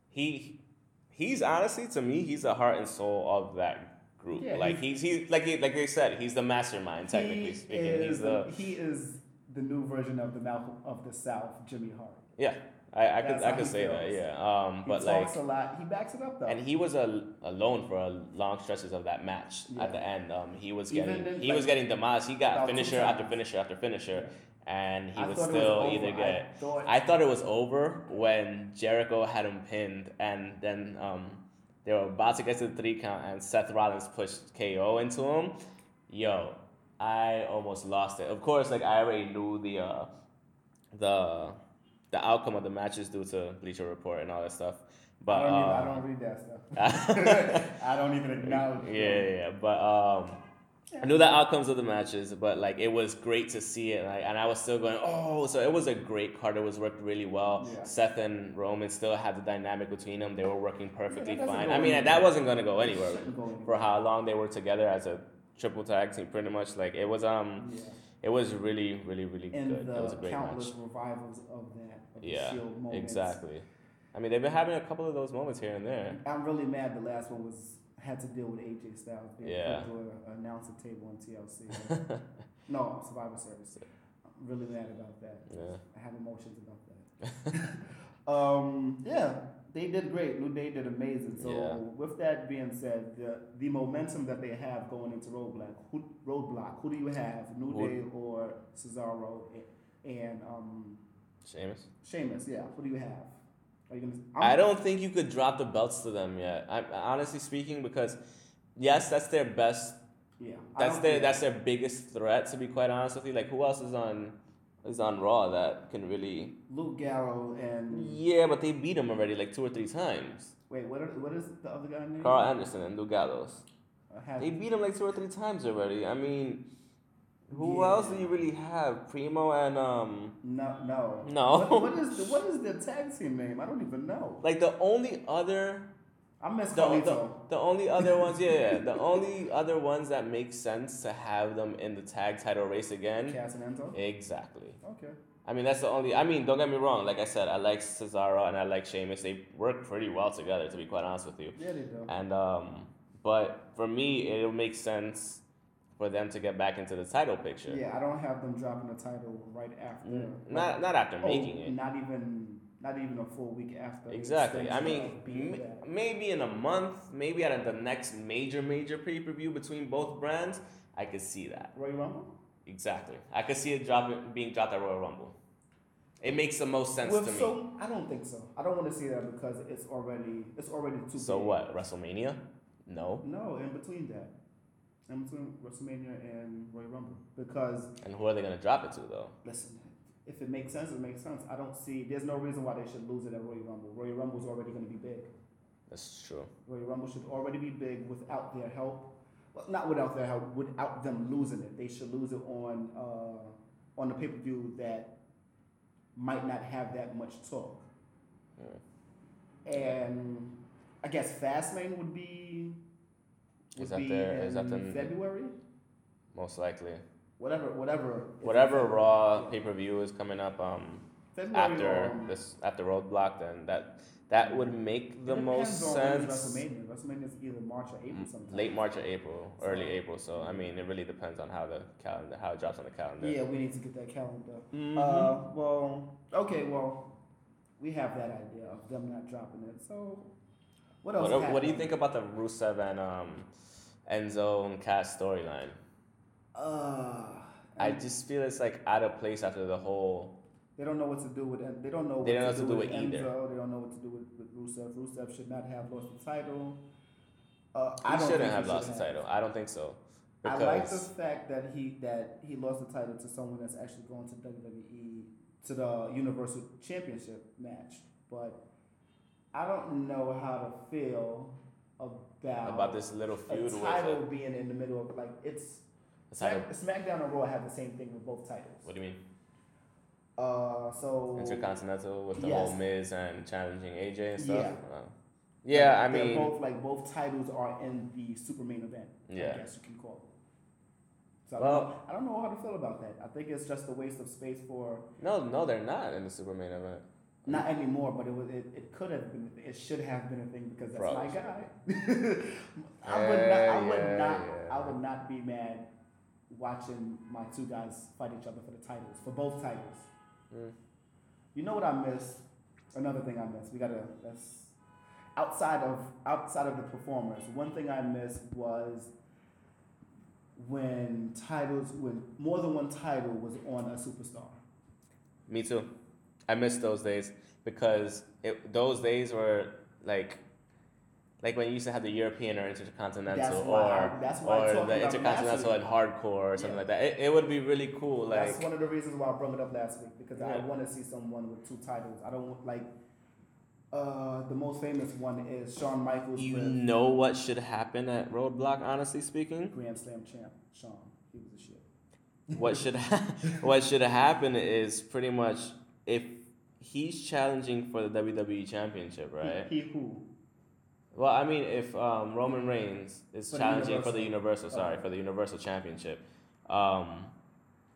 [SPEAKER 2] he he's honestly to me he's the heart and soul of that group.
[SPEAKER 1] Yeah,
[SPEAKER 2] like he's he's like he, like they said he's the mastermind technically
[SPEAKER 1] he
[SPEAKER 2] speaking.
[SPEAKER 1] Is,
[SPEAKER 2] he's the
[SPEAKER 1] he is the new version of the Malcolm of the South, Jimmy Hart.
[SPEAKER 2] yeah. I, I could
[SPEAKER 1] That's
[SPEAKER 2] I
[SPEAKER 1] how
[SPEAKER 2] could
[SPEAKER 1] he
[SPEAKER 2] say that
[SPEAKER 1] feels.
[SPEAKER 2] yeah. Um,
[SPEAKER 1] He
[SPEAKER 2] but like
[SPEAKER 1] talks a lot. He backs it up though.
[SPEAKER 2] and he was a, alone for a long stretches of that match
[SPEAKER 1] Yeah.
[SPEAKER 2] at the end. Um, he was
[SPEAKER 1] Even
[SPEAKER 2] getting
[SPEAKER 1] in,
[SPEAKER 2] he
[SPEAKER 1] like,
[SPEAKER 2] was getting demolished. He got
[SPEAKER 1] about two
[SPEAKER 2] finisher after
[SPEAKER 1] times.
[SPEAKER 2] finisher after finisher, and he
[SPEAKER 1] I
[SPEAKER 2] would
[SPEAKER 1] thought it was
[SPEAKER 2] still
[SPEAKER 1] over.
[SPEAKER 2] either
[SPEAKER 1] I
[SPEAKER 2] get.
[SPEAKER 1] thought-
[SPEAKER 2] I thought it was over when Jericho had him pinned, and then um, they were about to get to the three count, and Seth Rollins pushed KO into him. Yo, I almost lost it. Of course, like I already knew the uh, the the outcome of the matches due to Bleacher Report and all that stuff. But
[SPEAKER 1] I don't, even,
[SPEAKER 2] uh,
[SPEAKER 1] I don't read that
[SPEAKER 2] <laughs>
[SPEAKER 1] stuff. I don't even acknowledge.
[SPEAKER 2] yeah,
[SPEAKER 1] it.
[SPEAKER 2] yeah, yeah. But um, I knew the outcomes of the matches, but like it was great to see it, and I, and I was still going, oh, so it was a great card. It was worked really well.
[SPEAKER 1] Yeah.
[SPEAKER 2] Seth and Roman still had the dynamic between them. They were working perfectly
[SPEAKER 1] doesn't
[SPEAKER 2] fine.
[SPEAKER 1] go
[SPEAKER 2] I mean,
[SPEAKER 1] anywhere.
[SPEAKER 2] that wasn't gonna go anywhere
[SPEAKER 1] Shouldn't go anywhere.
[SPEAKER 2] for how long they were together as a triple tag team, pretty much. Like it was um,
[SPEAKER 1] Yeah.
[SPEAKER 2] it was really, really, really
[SPEAKER 1] And
[SPEAKER 2] good.
[SPEAKER 1] the
[SPEAKER 2] It was a great match.
[SPEAKER 1] countless revivals of that. Of the
[SPEAKER 2] Yeah,
[SPEAKER 1] Shield moments.
[SPEAKER 2] exactly. I mean, they've been having a couple of those moments here and there.
[SPEAKER 1] I'm really mad. The last one was had to deal with AJ Styles being
[SPEAKER 2] Yeah.
[SPEAKER 1] put through an announcer table on
[SPEAKER 2] <laughs>
[SPEAKER 1] TLC. no, Survivor Series. I'm really mad about that.
[SPEAKER 2] Yeah.
[SPEAKER 1] I have emotions about that. <laughs> um, yeah, they did great. New Day did amazing. So
[SPEAKER 2] Yeah.
[SPEAKER 1] with that being said, the, the momentum that they have going into Roadblock, who, Roadblock, who do you have, New
[SPEAKER 2] Who-
[SPEAKER 1] Day or Cesaro a- and um,
[SPEAKER 2] Seamus.
[SPEAKER 1] Sheamus? Yeah, who do you have? Are you gonna? I'm,
[SPEAKER 2] I don't think you could drop the belts to them yet. I honestly speaking, because yes, that's their best.
[SPEAKER 1] Yeah, I
[SPEAKER 2] That's
[SPEAKER 1] don't
[SPEAKER 2] their
[SPEAKER 1] think-
[SPEAKER 2] that's their biggest threat. To be quite honest with you, like who else is on is on Raw that can really?
[SPEAKER 1] Luke Gallow and
[SPEAKER 2] Yeah, but they beat him already like two or three times.
[SPEAKER 1] wait, what? Are, what is the other guy name?
[SPEAKER 2] Carl Anderson and Luke Gallows.
[SPEAKER 1] I have-
[SPEAKER 2] They beat him like two or three times already. I mean, who
[SPEAKER 1] Yeah.
[SPEAKER 2] else do you really have? Primo and um.
[SPEAKER 1] No, no,
[SPEAKER 2] No.
[SPEAKER 1] What, what is the, what is the tag team name? I don't even know.
[SPEAKER 2] Like the only other
[SPEAKER 1] I miss
[SPEAKER 2] The, the,
[SPEAKER 1] Carlito.
[SPEAKER 2] the only other ones, yeah, yeah. The only other ones that make sense to have them in the tag title race again.
[SPEAKER 1] Casanento.
[SPEAKER 2] Exactly.
[SPEAKER 1] Okay.
[SPEAKER 2] I mean, that's the only. I mean, don't get me wrong. Like I said, I like Cesaro and I like Sheamus. They work pretty well together, to be quite honest with you.
[SPEAKER 1] Yeah, they do.
[SPEAKER 2] And um, but for me, it'll make sense for them to get back into the title picture.
[SPEAKER 1] Yeah, I don't have them dropping the title right after.
[SPEAKER 2] N- Mm, Not not after
[SPEAKER 1] Oh,
[SPEAKER 2] making it.
[SPEAKER 1] Not even not even a full week after. the
[SPEAKER 2] Exactly. I
[SPEAKER 1] extension
[SPEAKER 2] mean,
[SPEAKER 1] of being
[SPEAKER 2] m-
[SPEAKER 1] back.
[SPEAKER 2] maybe in a month, maybe at the next major, major pay per view between both brands, I could see that.
[SPEAKER 1] Roy Rumble
[SPEAKER 2] Exactly. I could see it dropping, being dropped at Royal Rumble. It makes the most sense
[SPEAKER 1] With
[SPEAKER 2] to me. So,
[SPEAKER 1] so I don't think so. I don't want to see that because it's already it's already too. big.
[SPEAKER 2] what? WrestleMania? No.
[SPEAKER 1] No, in between that, in between WrestleMania and Royal Rumble, because
[SPEAKER 2] And who are they gonna drop it to though?
[SPEAKER 1] listen, if it makes sense, it makes sense. I don't see. There's no reason why they should lose it at Royal Rumble. Royal Rumble's already going to be big.
[SPEAKER 2] That's true.
[SPEAKER 1] Royal Rumble should already be big without their help. Well, not without their help, without them losing it. They should lose it on uh, on the pay per view that might not have that much talk. And I guess Fastlane would be would
[SPEAKER 2] Is that
[SPEAKER 1] be
[SPEAKER 2] there?
[SPEAKER 1] in
[SPEAKER 2] Is that the
[SPEAKER 1] February?
[SPEAKER 2] most likely?
[SPEAKER 1] Whatever, whatever. is in
[SPEAKER 2] Whatever
[SPEAKER 1] February.
[SPEAKER 2] Raw
[SPEAKER 1] Yeah.
[SPEAKER 2] pay per view is coming up um,
[SPEAKER 1] February
[SPEAKER 2] after
[SPEAKER 1] or-
[SPEAKER 2] this after Roadblock, then that that would make
[SPEAKER 1] It
[SPEAKER 2] the most
[SPEAKER 1] depends on when
[SPEAKER 2] sense.
[SPEAKER 1] WrestleMania. WrestleMania is either March or April sometimes.
[SPEAKER 2] Mm, Late March or April, early
[SPEAKER 1] So-
[SPEAKER 2] April. So I mean, it really depends on how the calendar, how it drops on the calendar.
[SPEAKER 1] Yeah, we need to get that calendar.
[SPEAKER 2] Mhm.
[SPEAKER 1] Uh, well, okay, well, we have that idea of them not dropping it. So, what else?
[SPEAKER 2] What, what do you
[SPEAKER 1] happened?
[SPEAKER 2] think about the Rusev and um, Enzo and Cass storyline?
[SPEAKER 1] Uh,
[SPEAKER 2] I just feel it's like out of place after the whole.
[SPEAKER 1] they don't know what to do with it. They don't know. What
[SPEAKER 2] They don't
[SPEAKER 1] to
[SPEAKER 2] know what to
[SPEAKER 1] do
[SPEAKER 2] do
[SPEAKER 1] with
[SPEAKER 2] with either.
[SPEAKER 1] Enzo. They don't know what to do with, with Rusev. Rusev should not have lost the title. Uh, I
[SPEAKER 2] I
[SPEAKER 1] don't think
[SPEAKER 2] shouldn't
[SPEAKER 1] he
[SPEAKER 2] have
[SPEAKER 1] should
[SPEAKER 2] lost the
[SPEAKER 1] have.
[SPEAKER 2] title. I don't think so.
[SPEAKER 1] I
[SPEAKER 2] Because
[SPEAKER 1] like the fact that he that he lost the title to someone that's actually going to WWE to the Universal Championship match, but I don't know how to feel about
[SPEAKER 2] about this little
[SPEAKER 1] a
[SPEAKER 2] feud with
[SPEAKER 1] title
[SPEAKER 2] it.
[SPEAKER 1] being in the middle of like it's
[SPEAKER 2] The title.
[SPEAKER 1] Smack- SmackDown and Raw have the same thing with both titles.
[SPEAKER 2] What do you mean?
[SPEAKER 1] Uh, so
[SPEAKER 2] Intercontinental with the
[SPEAKER 1] Yes.
[SPEAKER 2] whole Miz and challenging AJ and stuff.
[SPEAKER 1] Yeah.
[SPEAKER 2] Wow. Yeah, I
[SPEAKER 1] Like, they're
[SPEAKER 2] mean,
[SPEAKER 1] both like both titles are in the super main event.
[SPEAKER 2] Yeah.
[SPEAKER 1] I guess you can call it. So I, don't
[SPEAKER 2] Well-
[SPEAKER 1] know, I don't know how to feel about that. I think it's just a waste of space for
[SPEAKER 2] no, no, they're not in the super main event.
[SPEAKER 1] not anymore, but it was it, it could have been it should have been a thing because that's
[SPEAKER 2] Probably.
[SPEAKER 1] my guy. <laughs> I would not I would
[SPEAKER 2] Yeah,
[SPEAKER 1] not
[SPEAKER 2] yeah,
[SPEAKER 1] I would not be mad watching my two guys fight each other for the titles, for both titles.
[SPEAKER 2] Mm.
[SPEAKER 1] You know what I miss? Another thing I miss. We gotta that's outside of outside of the performers. One thing I missed was when titles when more than one title was on a superstar.
[SPEAKER 2] Me too. I miss those days because it, those days were like, like when you used to have the European or intercontinental
[SPEAKER 1] That's why I-
[SPEAKER 2] or
[SPEAKER 1] that's why I
[SPEAKER 2] or
[SPEAKER 1] talked
[SPEAKER 2] the
[SPEAKER 1] about
[SPEAKER 2] intercontinental
[SPEAKER 1] last
[SPEAKER 2] and hardcore or something
[SPEAKER 1] Yeah.
[SPEAKER 2] like that. It, it would be really cool. Like
[SPEAKER 1] That's one of the reasons why I brought it up last week because I
[SPEAKER 2] Yeah.
[SPEAKER 1] want to see someone with two titles. I don't want like uh, the most famous one is Shawn Michaels
[SPEAKER 2] you
[SPEAKER 1] with
[SPEAKER 2] know what should happen at Roadblock. Honestly speaking,
[SPEAKER 1] Grand Slam champ Shawn. He was a shit.
[SPEAKER 2] what should
[SPEAKER 1] <laughs>
[SPEAKER 2] what should happen is pretty much if he's challenging for the WWE Championship, right?
[SPEAKER 1] He, he who?
[SPEAKER 2] Well, I mean, if um, Roman Reigns is
[SPEAKER 1] For the
[SPEAKER 2] challenging for the
[SPEAKER 1] Universal. Oh.
[SPEAKER 2] Universal, sorry,
[SPEAKER 1] Okay.
[SPEAKER 2] for the Universal Championship, um,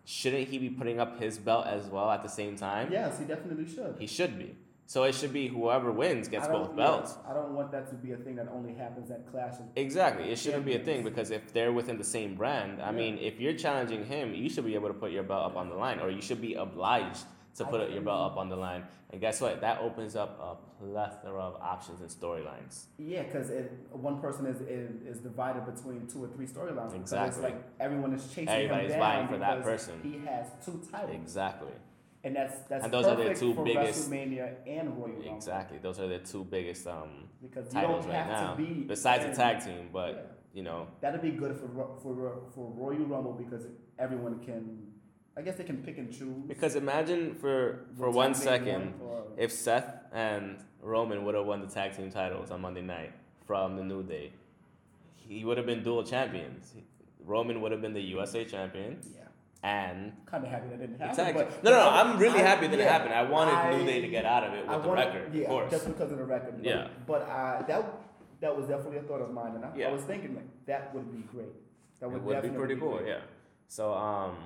[SPEAKER 2] shouldn't he be putting up his belt as well at the same time?
[SPEAKER 1] Yes, he definitely should.
[SPEAKER 2] He should be. So it should be whoever wins gets
[SPEAKER 1] I don't-
[SPEAKER 2] both belts.
[SPEAKER 1] yeah, I don't want that to be a thing that only happens at clashes.
[SPEAKER 2] Exactly. It shouldn't be a thing
[SPEAKER 1] Champions.
[SPEAKER 2] because if they're within the same brand, I
[SPEAKER 1] Yeah.
[SPEAKER 2] mean, if you're challenging him, you should be able to put your belt up on the line, or you should be obliged to
[SPEAKER 1] I
[SPEAKER 2] put your belt
[SPEAKER 1] agree.
[SPEAKER 2] up on the line. And guess what? That opens up a plethora of options and storylines.
[SPEAKER 1] Yeah, because one person is, is is divided between two or three storylines. So It's
[SPEAKER 2] Exactly.
[SPEAKER 1] like everyone is chasing. him
[SPEAKER 2] Everybody's
[SPEAKER 1] down
[SPEAKER 2] vying for that
[SPEAKER 1] because
[SPEAKER 2] person.
[SPEAKER 1] He has two titles,
[SPEAKER 2] Exactly.
[SPEAKER 1] and that's that's
[SPEAKER 2] And those are the
[SPEAKER 1] perfect
[SPEAKER 2] two
[SPEAKER 1] for
[SPEAKER 2] biggest-
[SPEAKER 1] WrestleMania and Royal Rumble.
[SPEAKER 2] Exactly. Those are the two biggest um,
[SPEAKER 1] Because you don't
[SPEAKER 2] titles
[SPEAKER 1] have
[SPEAKER 2] right now,
[SPEAKER 1] to be
[SPEAKER 2] besides the
[SPEAKER 1] and-
[SPEAKER 2] tag team. But
[SPEAKER 1] Yeah.
[SPEAKER 2] you know,
[SPEAKER 1] That'd be good for Ro- for Ro- for Royal Rumble because everyone can. I guess they can pick and choose.
[SPEAKER 2] because imagine for
[SPEAKER 1] what
[SPEAKER 2] for
[SPEAKER 1] time
[SPEAKER 2] one
[SPEAKER 1] they
[SPEAKER 2] second,
[SPEAKER 1] want or-
[SPEAKER 2] if Seth and Roman would have won the tag team titles on Monday night from the New Day, he would have been dual champions. Roman would have been the USA champion
[SPEAKER 1] yeah,
[SPEAKER 2] and
[SPEAKER 1] kind of happy that didn't
[SPEAKER 2] the
[SPEAKER 1] happen.
[SPEAKER 2] tag.
[SPEAKER 1] but-
[SPEAKER 2] no, no, no,
[SPEAKER 1] but I-
[SPEAKER 2] I'm really
[SPEAKER 1] I-
[SPEAKER 2] happy that it
[SPEAKER 1] yeah,
[SPEAKER 2] happened. I wanted New Day
[SPEAKER 1] I-
[SPEAKER 2] to get out of it with
[SPEAKER 1] I
[SPEAKER 2] the
[SPEAKER 1] wanted-
[SPEAKER 2] record,
[SPEAKER 1] yeah,
[SPEAKER 2] of course.
[SPEAKER 1] just because of the record. But,
[SPEAKER 2] Yeah.
[SPEAKER 1] but I that that was definitely a thought of mine, and I,
[SPEAKER 2] Yeah.
[SPEAKER 1] I was thinking like that would be great. That would,
[SPEAKER 2] it would be
[SPEAKER 1] definitely
[SPEAKER 2] pretty cool,
[SPEAKER 1] great.
[SPEAKER 2] yeah. So, um,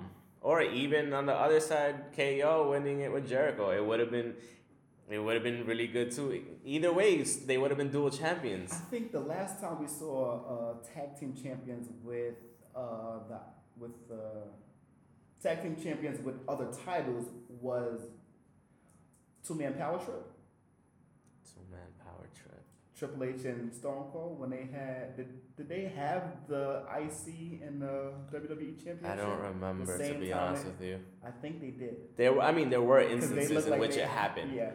[SPEAKER 2] or even on the other side, KO winning it with Jericho, it would have been, it would have been really good too. Either ways, they would have been dual champions.
[SPEAKER 1] I think the last time we saw uh, tag team champions with uh, the with the tag team champions with other titles was two man power trip.
[SPEAKER 2] Two man power trip.
[SPEAKER 1] Triple H and Stone Cold when they had did, did they have the IC and the WWE championship?
[SPEAKER 2] I don't remember to
[SPEAKER 1] Mm-hmm. same
[SPEAKER 2] be
[SPEAKER 1] time
[SPEAKER 2] honest
[SPEAKER 1] it-
[SPEAKER 2] with you.
[SPEAKER 1] I think they did.
[SPEAKER 2] There, were, I mean, there
[SPEAKER 1] <laughs>
[SPEAKER 2] were
[SPEAKER 1] 'Cause they
[SPEAKER 2] instances
[SPEAKER 1] looked
[SPEAKER 2] in
[SPEAKER 1] like
[SPEAKER 2] which
[SPEAKER 1] they-
[SPEAKER 2] it happened.
[SPEAKER 1] Yeah.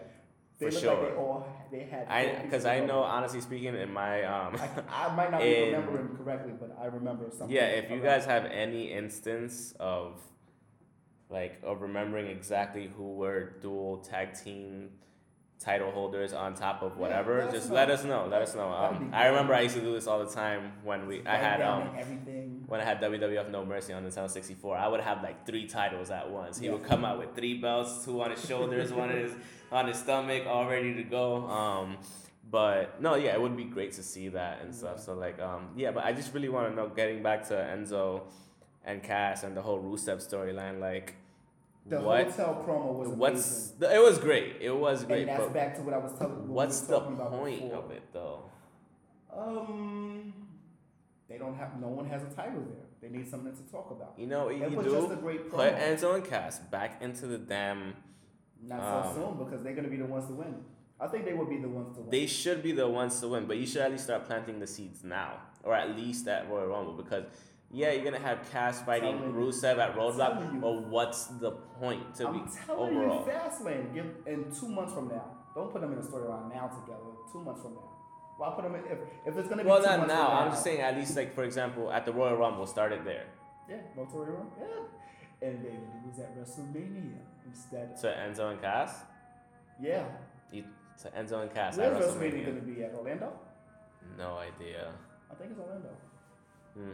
[SPEAKER 1] They looked
[SPEAKER 2] For
[SPEAKER 1] like
[SPEAKER 2] sure.
[SPEAKER 1] they all they had
[SPEAKER 2] I,
[SPEAKER 1] trophies
[SPEAKER 2] because
[SPEAKER 1] to
[SPEAKER 2] I
[SPEAKER 1] go.
[SPEAKER 2] know, honestly speaking, in my um,
[SPEAKER 1] I, I might not
[SPEAKER 2] <laughs> In-
[SPEAKER 1] be remembering correctly, but I remember something.
[SPEAKER 2] yeah, if you
[SPEAKER 1] about-
[SPEAKER 2] guys have any instance of like of remembering exactly who were dual tag team title holders on top of
[SPEAKER 1] Yeah,
[SPEAKER 2] whatever,
[SPEAKER 1] let us
[SPEAKER 2] just
[SPEAKER 1] know.
[SPEAKER 2] let us know. Let us know.
[SPEAKER 1] That'd
[SPEAKER 2] Um,
[SPEAKER 1] be
[SPEAKER 2] I
[SPEAKER 1] great.
[SPEAKER 2] remember I used to do this all the time when we I
[SPEAKER 1] Write
[SPEAKER 2] had
[SPEAKER 1] down
[SPEAKER 2] um
[SPEAKER 1] everything.
[SPEAKER 2] when I had WWF No Mercy on Nintendo 64, I would have like three titles at once. He
[SPEAKER 1] Yeah.
[SPEAKER 2] would come out with three belts, two on his shoulders, one on his <laughs> on his stomach, all ready to go. Um, but no, yeah, it would be great to see that and stuff.
[SPEAKER 1] Yeah.
[SPEAKER 2] So like, um, yeah, but I just really want to know. Getting back to Enzo and Cass and the whole Rusev storyline, like,
[SPEAKER 1] The
[SPEAKER 2] what,
[SPEAKER 1] hotel promo was
[SPEAKER 2] what's
[SPEAKER 1] amazing.
[SPEAKER 2] the, it was great. It was great,
[SPEAKER 1] and that's
[SPEAKER 2] but
[SPEAKER 1] back to what I was telling. what we were
[SPEAKER 2] what's the
[SPEAKER 1] talking about
[SPEAKER 2] point
[SPEAKER 1] before.
[SPEAKER 2] of it though?
[SPEAKER 1] Um, they don't have. No one has a title there. They need something to talk about.
[SPEAKER 2] You know, what
[SPEAKER 1] It
[SPEAKER 2] you
[SPEAKER 1] was
[SPEAKER 2] do
[SPEAKER 1] just a great
[SPEAKER 2] put
[SPEAKER 1] promo.
[SPEAKER 2] Enzo and Cass back into the damn.
[SPEAKER 1] Not so
[SPEAKER 2] Um,
[SPEAKER 1] soon because they're gonna be the ones to win. I think they will be the ones to win.
[SPEAKER 2] They should be the ones to win, but you should at least start planting the seeds now, or at least at Royal Rumble, because yeah, you're gonna have Cass fighting
[SPEAKER 1] Telling you.
[SPEAKER 2] Rusev at
[SPEAKER 1] Telling
[SPEAKER 2] Roadblock,
[SPEAKER 1] you.
[SPEAKER 2] but what's the point to
[SPEAKER 1] I'm
[SPEAKER 2] be
[SPEAKER 1] telling
[SPEAKER 2] overall?
[SPEAKER 1] you, Fastlane. Give in two months from now. Don't put them in a storyline now together. Two months from now. Why put them in if, if it's gonna be
[SPEAKER 2] well,
[SPEAKER 1] two
[SPEAKER 2] not
[SPEAKER 1] months
[SPEAKER 2] now.
[SPEAKER 1] From now.
[SPEAKER 2] I'm just saying, at least like for example, at the Royal Rumble, start it there
[SPEAKER 1] Yeah, no storyline. Yeah, and they lose at WrestleMania instead.
[SPEAKER 2] to Enzo and Cass.
[SPEAKER 1] Yeah,
[SPEAKER 2] You, to Enzo and Cass at
[SPEAKER 1] where's WrestleMania
[SPEAKER 2] WrestleMania.
[SPEAKER 1] gonna be at Orlando?
[SPEAKER 2] No idea.
[SPEAKER 1] I think it's Orlando.
[SPEAKER 2] Hmm.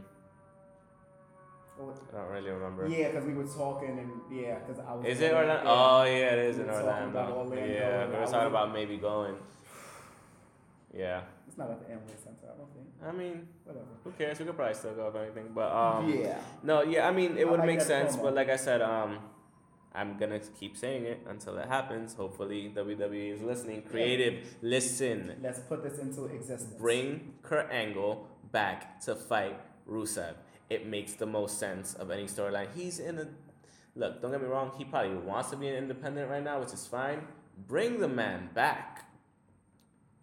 [SPEAKER 1] Or-
[SPEAKER 2] I don't really remember.
[SPEAKER 1] Yeah, because we were talking and yeah, because I was.
[SPEAKER 2] Is it
[SPEAKER 1] Orlando?
[SPEAKER 2] Orlando?
[SPEAKER 1] Yeah.
[SPEAKER 2] Oh yeah, it is
[SPEAKER 1] We
[SPEAKER 2] in
[SPEAKER 1] were talking
[SPEAKER 2] Orlando.
[SPEAKER 1] about Orlando,
[SPEAKER 2] Yeah,
[SPEAKER 1] and
[SPEAKER 2] we
[SPEAKER 1] I
[SPEAKER 2] were
[SPEAKER 1] was-
[SPEAKER 2] talking about maybe going. <sighs> Yeah.
[SPEAKER 1] It's not at the Amway Center, I don't think.
[SPEAKER 2] I mean,
[SPEAKER 1] Whatever.
[SPEAKER 2] who cares? We could probably still go if anything, but um,
[SPEAKER 1] yeah.
[SPEAKER 2] No, yeah, I mean it
[SPEAKER 1] I
[SPEAKER 2] would
[SPEAKER 1] like
[SPEAKER 2] make
[SPEAKER 1] that
[SPEAKER 2] sense,
[SPEAKER 1] promo.
[SPEAKER 2] but like I said, um, I'm gonna keep saying it until it happens. Hopefully, WWE is listening. Creative, listen,
[SPEAKER 1] Let's put this into existence.
[SPEAKER 2] bring Kurt Angle back to fight Rusev. It makes the most sense of any storyline. He's in a look. Don't get me wrong. He probably wants to be an independent right now, which is fine. Bring the man back.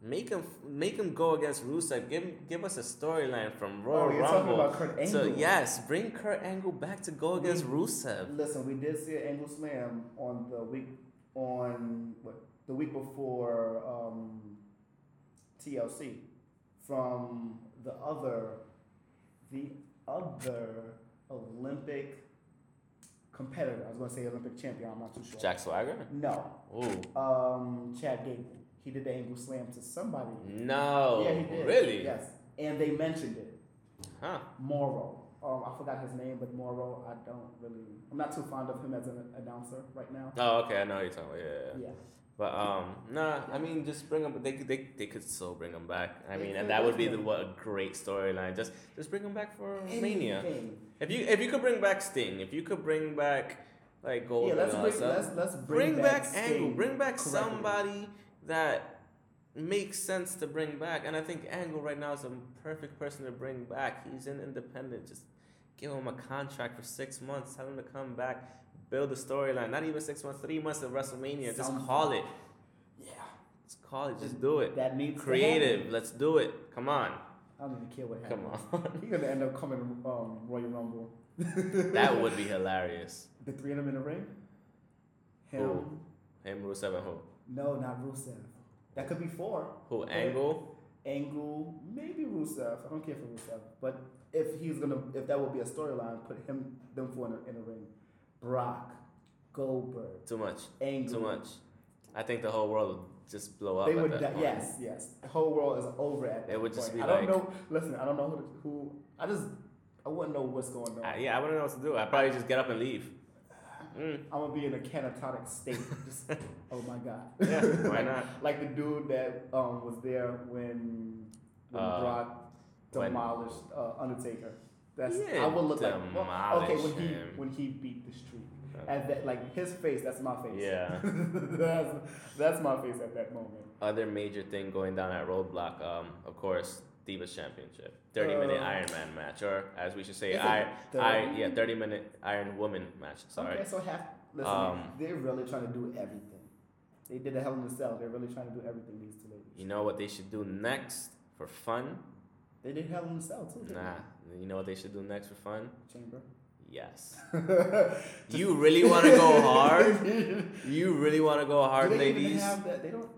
[SPEAKER 2] Make him make him go against Rusev. Give give us a storyline from Royal
[SPEAKER 1] Oh, you're talking
[SPEAKER 2] Rumble.
[SPEAKER 1] about Kurt Angle. Mm.
[SPEAKER 2] So yes, bring Kurt Angle back to go against Rusev.
[SPEAKER 1] Listen, we did see an angle slam on the week on what the week before um, TLC from the other the other Olympic competitor. I was gonna say Olympic champion. I'm not too sure.
[SPEAKER 2] Jack Swagger?
[SPEAKER 1] No,
[SPEAKER 2] Ooh,
[SPEAKER 1] um, Chad Gable. He did the angle slam to somebody.
[SPEAKER 2] no,
[SPEAKER 1] yeah, he did.
[SPEAKER 2] Oh, really?
[SPEAKER 1] Yes, and they mentioned it.
[SPEAKER 2] Huh?
[SPEAKER 1] Morrow. Um, I forgot his name, but Morrow. I don't really. I'm not too fond of him as an announcer right now.
[SPEAKER 2] Oh, okay, I know what you're talking about. Yeah, yeah, yeah.
[SPEAKER 1] Yeah.
[SPEAKER 2] But um, nah, I mean, just bring them. They could, they, they could still bring them back. I
[SPEAKER 1] They
[SPEAKER 2] mean,
[SPEAKER 1] could,
[SPEAKER 2] and that would be the,
[SPEAKER 1] definitely.
[SPEAKER 2] what a great storyline. Just just bring them back for Mania.
[SPEAKER 1] Anything.
[SPEAKER 2] If you if you could bring back Sting, if you could bring back like Gold,
[SPEAKER 1] Yeah. Let's
[SPEAKER 2] and all
[SPEAKER 1] bring,
[SPEAKER 2] that stuff,
[SPEAKER 1] let's let's
[SPEAKER 2] bring, back, Angle,
[SPEAKER 1] Sting
[SPEAKER 2] bring back
[SPEAKER 1] correctly.
[SPEAKER 2] somebody that makes sense to bring back. And I think Angle right now is the perfect person to bring back. He's an independent. Just give him a contract for six months. Tell him to come back. Build a storyline. Not even six months. Three months of WrestleMania. Just
[SPEAKER 1] Something.
[SPEAKER 2] call it.
[SPEAKER 1] Yeah.
[SPEAKER 2] Just call it. Just do it.
[SPEAKER 1] That needs to happen.
[SPEAKER 2] Creative. Let's do it. Come on.
[SPEAKER 1] I don't even care what
[SPEAKER 2] Come
[SPEAKER 1] happens. <laughs>
[SPEAKER 2] on.
[SPEAKER 1] He's gonna end up coming um Royal Rumble.
[SPEAKER 2] that would be hilarious.
[SPEAKER 1] The three of them in the ring. Him.
[SPEAKER 2] Who? Him, Rusev, and who?
[SPEAKER 1] No, not Rusev. That could be four.
[SPEAKER 2] Who?
[SPEAKER 1] Yeah.
[SPEAKER 2] Angle?
[SPEAKER 1] Angle, maybe Rusev. I don't care for Rusev, but if he's gonna, if that would be a storyline, put him them four in a, in a ring. Brock, Goldberg,
[SPEAKER 2] Too much.
[SPEAKER 1] Angle.
[SPEAKER 2] Too much. I think the whole world would just blow up.
[SPEAKER 1] They
[SPEAKER 2] at
[SPEAKER 1] would,
[SPEAKER 2] that
[SPEAKER 1] di-
[SPEAKER 2] point.
[SPEAKER 1] yes, yes. The whole world is over at.
[SPEAKER 2] It
[SPEAKER 1] that
[SPEAKER 2] would just
[SPEAKER 1] point.
[SPEAKER 2] be
[SPEAKER 1] I don't
[SPEAKER 2] like-
[SPEAKER 1] know. Listen, I don't know who, who. I just, I wouldn't know what's going on.
[SPEAKER 2] I,
[SPEAKER 1] I,
[SPEAKER 2] yeah, I wouldn't know what to do. I'd probably just get up and leave.
[SPEAKER 1] <laughs>
[SPEAKER 2] Mm.
[SPEAKER 1] am gonna be in a catatonic state. just, oh my god.
[SPEAKER 2] <laughs> Yeah, why not?
[SPEAKER 1] like the dude that um was there when when
[SPEAKER 2] Uh,
[SPEAKER 1] Brock
[SPEAKER 2] when-
[SPEAKER 1] demolished uh, Undertaker. <laughs> That's
[SPEAKER 2] Yeah,
[SPEAKER 1] I would look like well, okay when
[SPEAKER 2] demolish
[SPEAKER 1] he
[SPEAKER 2] him.
[SPEAKER 1] when he beat the streak.
[SPEAKER 2] Uh,
[SPEAKER 1] At that like his face, that's my face.
[SPEAKER 2] Yeah.
[SPEAKER 1] <laughs> that's that's my face at that moment.
[SPEAKER 2] Other major thing going down at Roadblock, um, of course, Divas Championship, thirty minute
[SPEAKER 1] Uh,
[SPEAKER 2] Iron Man match, or as we should say,
[SPEAKER 1] Is it
[SPEAKER 2] I, I,
[SPEAKER 1] 30?
[SPEAKER 2] yeah, thirty minute Iron Woman match. Sorry.
[SPEAKER 1] Okay, so half listen,
[SPEAKER 2] Um,
[SPEAKER 1] they're really trying to do everything. They did a hell in a cell. They're really trying to do everything these two ladies.
[SPEAKER 2] You know what they should do next for fun?
[SPEAKER 1] They did hell in a cell too. didn't
[SPEAKER 2] Nah. You know what they should do next for fun?
[SPEAKER 1] they?
[SPEAKER 2] <laughs>
[SPEAKER 1] Chamber.
[SPEAKER 2] Yes.
[SPEAKER 1] <laughs>
[SPEAKER 2] you really want to go hard?
[SPEAKER 1] <laughs>
[SPEAKER 2] You really want to go hard,
[SPEAKER 1] do they even
[SPEAKER 2] ladies?
[SPEAKER 1] have that? They don't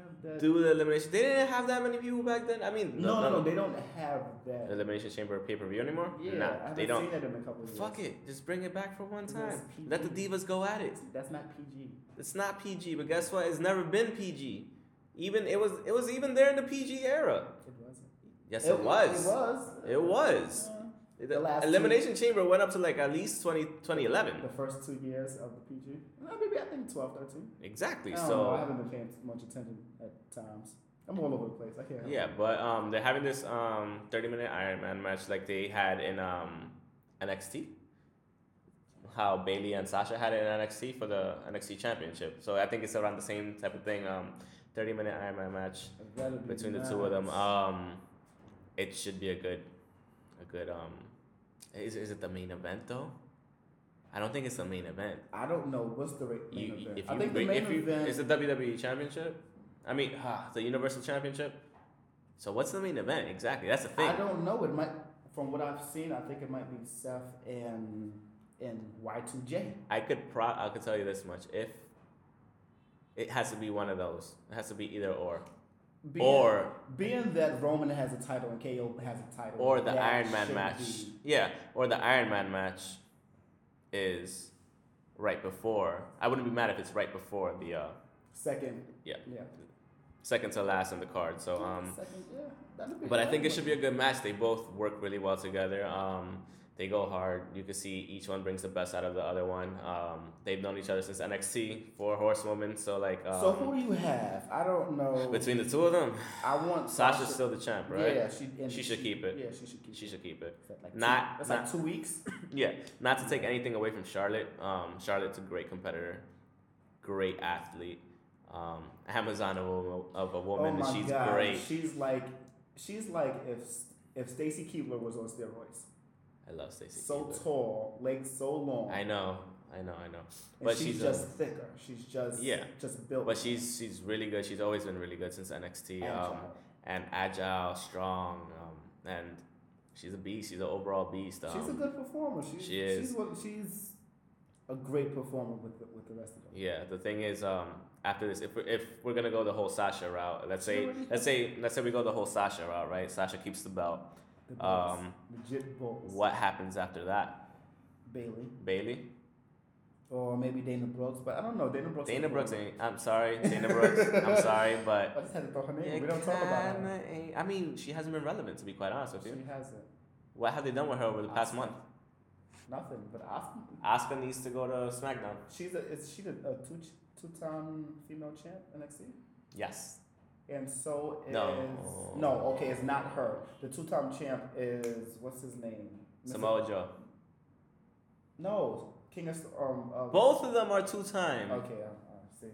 [SPEAKER 1] have that.
[SPEAKER 2] do the elimination. They didn't have that many people back then. I mean,
[SPEAKER 1] No, no, no, they don't have that.
[SPEAKER 2] the elimination chamber pay per view anymore.
[SPEAKER 1] Yeah,
[SPEAKER 2] Nah,
[SPEAKER 1] I haven't
[SPEAKER 2] they don't.
[SPEAKER 1] seen that in a couple of years.
[SPEAKER 2] Fuck it, just bring it back for one
[SPEAKER 1] Yes,
[SPEAKER 2] time.
[SPEAKER 1] PG.
[SPEAKER 2] Let the divas go at it.
[SPEAKER 1] That's not PG.
[SPEAKER 2] It's not PG, but guess what? It's never been PG. Even it was. It was even there in the PG era.
[SPEAKER 1] It wasn't.
[SPEAKER 2] Yes, it, was.
[SPEAKER 1] It was.
[SPEAKER 2] It was.
[SPEAKER 1] Uh,
[SPEAKER 2] The,
[SPEAKER 1] last
[SPEAKER 2] elimination chamber went up to like at least 20,
[SPEAKER 1] the
[SPEAKER 2] 2011.
[SPEAKER 1] first two years of the PG. Well, maybe I think 12, 13. I
[SPEAKER 2] Exactly.
[SPEAKER 1] don't know. Oh, I
[SPEAKER 2] so
[SPEAKER 1] haven't been paying much attention at times. I'm all over the place. I can't help
[SPEAKER 2] yeah, but um, they're having this um thirty minute Iron Man match like they had in um NXT. How Bailey and Sasha had it in NXT for the NXT Championship. So I think it's around the same type of thing. Um, thirty minute Iron Man match
[SPEAKER 1] it. That'd be
[SPEAKER 2] between the two of them.
[SPEAKER 1] nice.
[SPEAKER 2] Um, it should be a good, a good um. Is is it the main event though? I don't think it's the main event.
[SPEAKER 1] I don't know what's the rate main
[SPEAKER 2] You, you-
[SPEAKER 1] event.
[SPEAKER 2] if
[SPEAKER 1] I
[SPEAKER 2] you,
[SPEAKER 1] think the
[SPEAKER 2] bring-
[SPEAKER 1] main
[SPEAKER 2] if you
[SPEAKER 1] event
[SPEAKER 2] it's the WWE E Championship. I mean, ah, the Universal Championship. So what's the main event exactly? That's the thing.
[SPEAKER 1] I don't know. It might, from what I've seen, I think it might be Seth and and Y2J.
[SPEAKER 2] I could pro. I could tell you this much: if it has to be one of those, it has to be either or,
[SPEAKER 1] Being,
[SPEAKER 2] or
[SPEAKER 1] being that Roman has a title and KO has a title,
[SPEAKER 2] or the
[SPEAKER 1] that
[SPEAKER 2] Iron Man
[SPEAKER 1] should
[SPEAKER 2] match.
[SPEAKER 1] be-
[SPEAKER 2] Yeah, or the Iron Man match is right before. I wouldn't be mad if it's right before the uh,
[SPEAKER 1] second,
[SPEAKER 2] Yeah.
[SPEAKER 1] yeah,
[SPEAKER 2] second to last in the card. So um,
[SPEAKER 1] second, yeah. That'd be
[SPEAKER 2] But I
[SPEAKER 1] that'd
[SPEAKER 2] think it should be a good match. They both work really well together. Um, They go hard. You can see each one brings the best out of the other one. Um, they've known each other since NXT for Horsewoman. So like, um,
[SPEAKER 1] so who do you have? I don't know.
[SPEAKER 2] between the two of them,
[SPEAKER 1] I want
[SPEAKER 2] Sasha's still the champ, right?
[SPEAKER 1] Yeah, she, and
[SPEAKER 2] She should keep it.
[SPEAKER 1] Yeah, she should keep
[SPEAKER 2] She
[SPEAKER 1] it.
[SPEAKER 2] should keep it.
[SPEAKER 1] Is that like
[SPEAKER 2] Not-
[SPEAKER 1] two, that's
[SPEAKER 2] not-
[SPEAKER 1] like two weeks.
[SPEAKER 2] Yeah, not to take anything away from Charlotte. Um, Charlotte's a great competitor, great athlete. Um, Amazon of a, of a woman,
[SPEAKER 1] oh my
[SPEAKER 2] and she's
[SPEAKER 1] God.
[SPEAKER 2] great.
[SPEAKER 1] She's like, she's like if if Stacy Keebler was on steroids.
[SPEAKER 2] I love Stacey.
[SPEAKER 1] so
[SPEAKER 2] Keebler.
[SPEAKER 1] tall, legs so long.
[SPEAKER 2] I know, I know, I know.
[SPEAKER 1] And
[SPEAKER 2] but
[SPEAKER 1] she's,
[SPEAKER 2] she's a-
[SPEAKER 1] just thicker. She's just
[SPEAKER 2] Yeah.
[SPEAKER 1] just built.
[SPEAKER 2] But she's she's really good. She's always been really good since NXT. Um,
[SPEAKER 1] Agile.
[SPEAKER 2] and agile, strong, um, and she's a beast. She's an overall beast. Um,
[SPEAKER 1] uh, she's a good performer. She's,
[SPEAKER 2] she is.
[SPEAKER 1] She's, what, she's a great performer with the, with the rest of them.
[SPEAKER 2] Yeah, the thing is, um, after this, if we're, if we're gonna go the whole Sasha route, let's
[SPEAKER 1] She
[SPEAKER 2] say
[SPEAKER 1] already-
[SPEAKER 2] let's say let's say we go the whole Sasha route, right? Sasha keeps the belt.
[SPEAKER 1] The Bulls.
[SPEAKER 2] Um,
[SPEAKER 1] legit Bulls.
[SPEAKER 2] what happens after that?
[SPEAKER 1] Bailey
[SPEAKER 2] Bailey,
[SPEAKER 1] or maybe Dana Brooks, but I don't know Dana Brooks. is
[SPEAKER 2] Dana
[SPEAKER 1] a
[SPEAKER 2] Brooks.
[SPEAKER 1] performer.
[SPEAKER 2] Ain't, I'm sorry, Dana Brooks.
[SPEAKER 1] <laughs>
[SPEAKER 2] I'm sorry,
[SPEAKER 1] I
[SPEAKER 2] but
[SPEAKER 1] just had to throw her name. we don't talk about her.
[SPEAKER 2] Kinda ain't- I mean, she hasn't been relevant to be quite honest with
[SPEAKER 1] She
[SPEAKER 2] you.
[SPEAKER 1] hasn't.
[SPEAKER 2] What have they done with her over the past month?
[SPEAKER 1] Nothing. But Asuka,
[SPEAKER 2] Asuka needs to go to SmackDown.
[SPEAKER 1] she's a is she a, a two two time female champ NXT?
[SPEAKER 2] Yes.
[SPEAKER 1] And so is
[SPEAKER 2] No.
[SPEAKER 1] no okay, it's not her. The two time champ is what's his name? Mr.
[SPEAKER 2] Samoa Joe.
[SPEAKER 1] No, King of um. Uh,
[SPEAKER 2] Both of them are two
[SPEAKER 1] Okay,
[SPEAKER 2] time.
[SPEAKER 1] I, I see.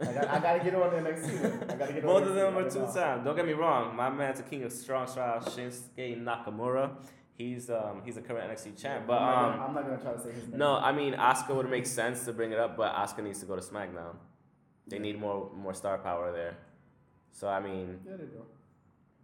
[SPEAKER 1] I got, I gotta get on NXT. then. I gotta get on
[SPEAKER 2] Both of
[SPEAKER 1] NXT, I
[SPEAKER 2] them are
[SPEAKER 1] don't
[SPEAKER 2] two
[SPEAKER 1] know.
[SPEAKER 2] time. Don't get me wrong. My man's a king of strong style, Shinsuke Nakamura. He's um he's a current NXT champ. But
[SPEAKER 1] I'm, not gonna,
[SPEAKER 2] um
[SPEAKER 1] I'm not gonna try to say his name.
[SPEAKER 2] no, I mean Asuka would make sense to bring it up, but Asuka needs to go to SmackDown. They
[SPEAKER 1] Yeah.
[SPEAKER 2] need more more star power there. So I mean,
[SPEAKER 1] Yeah, they do.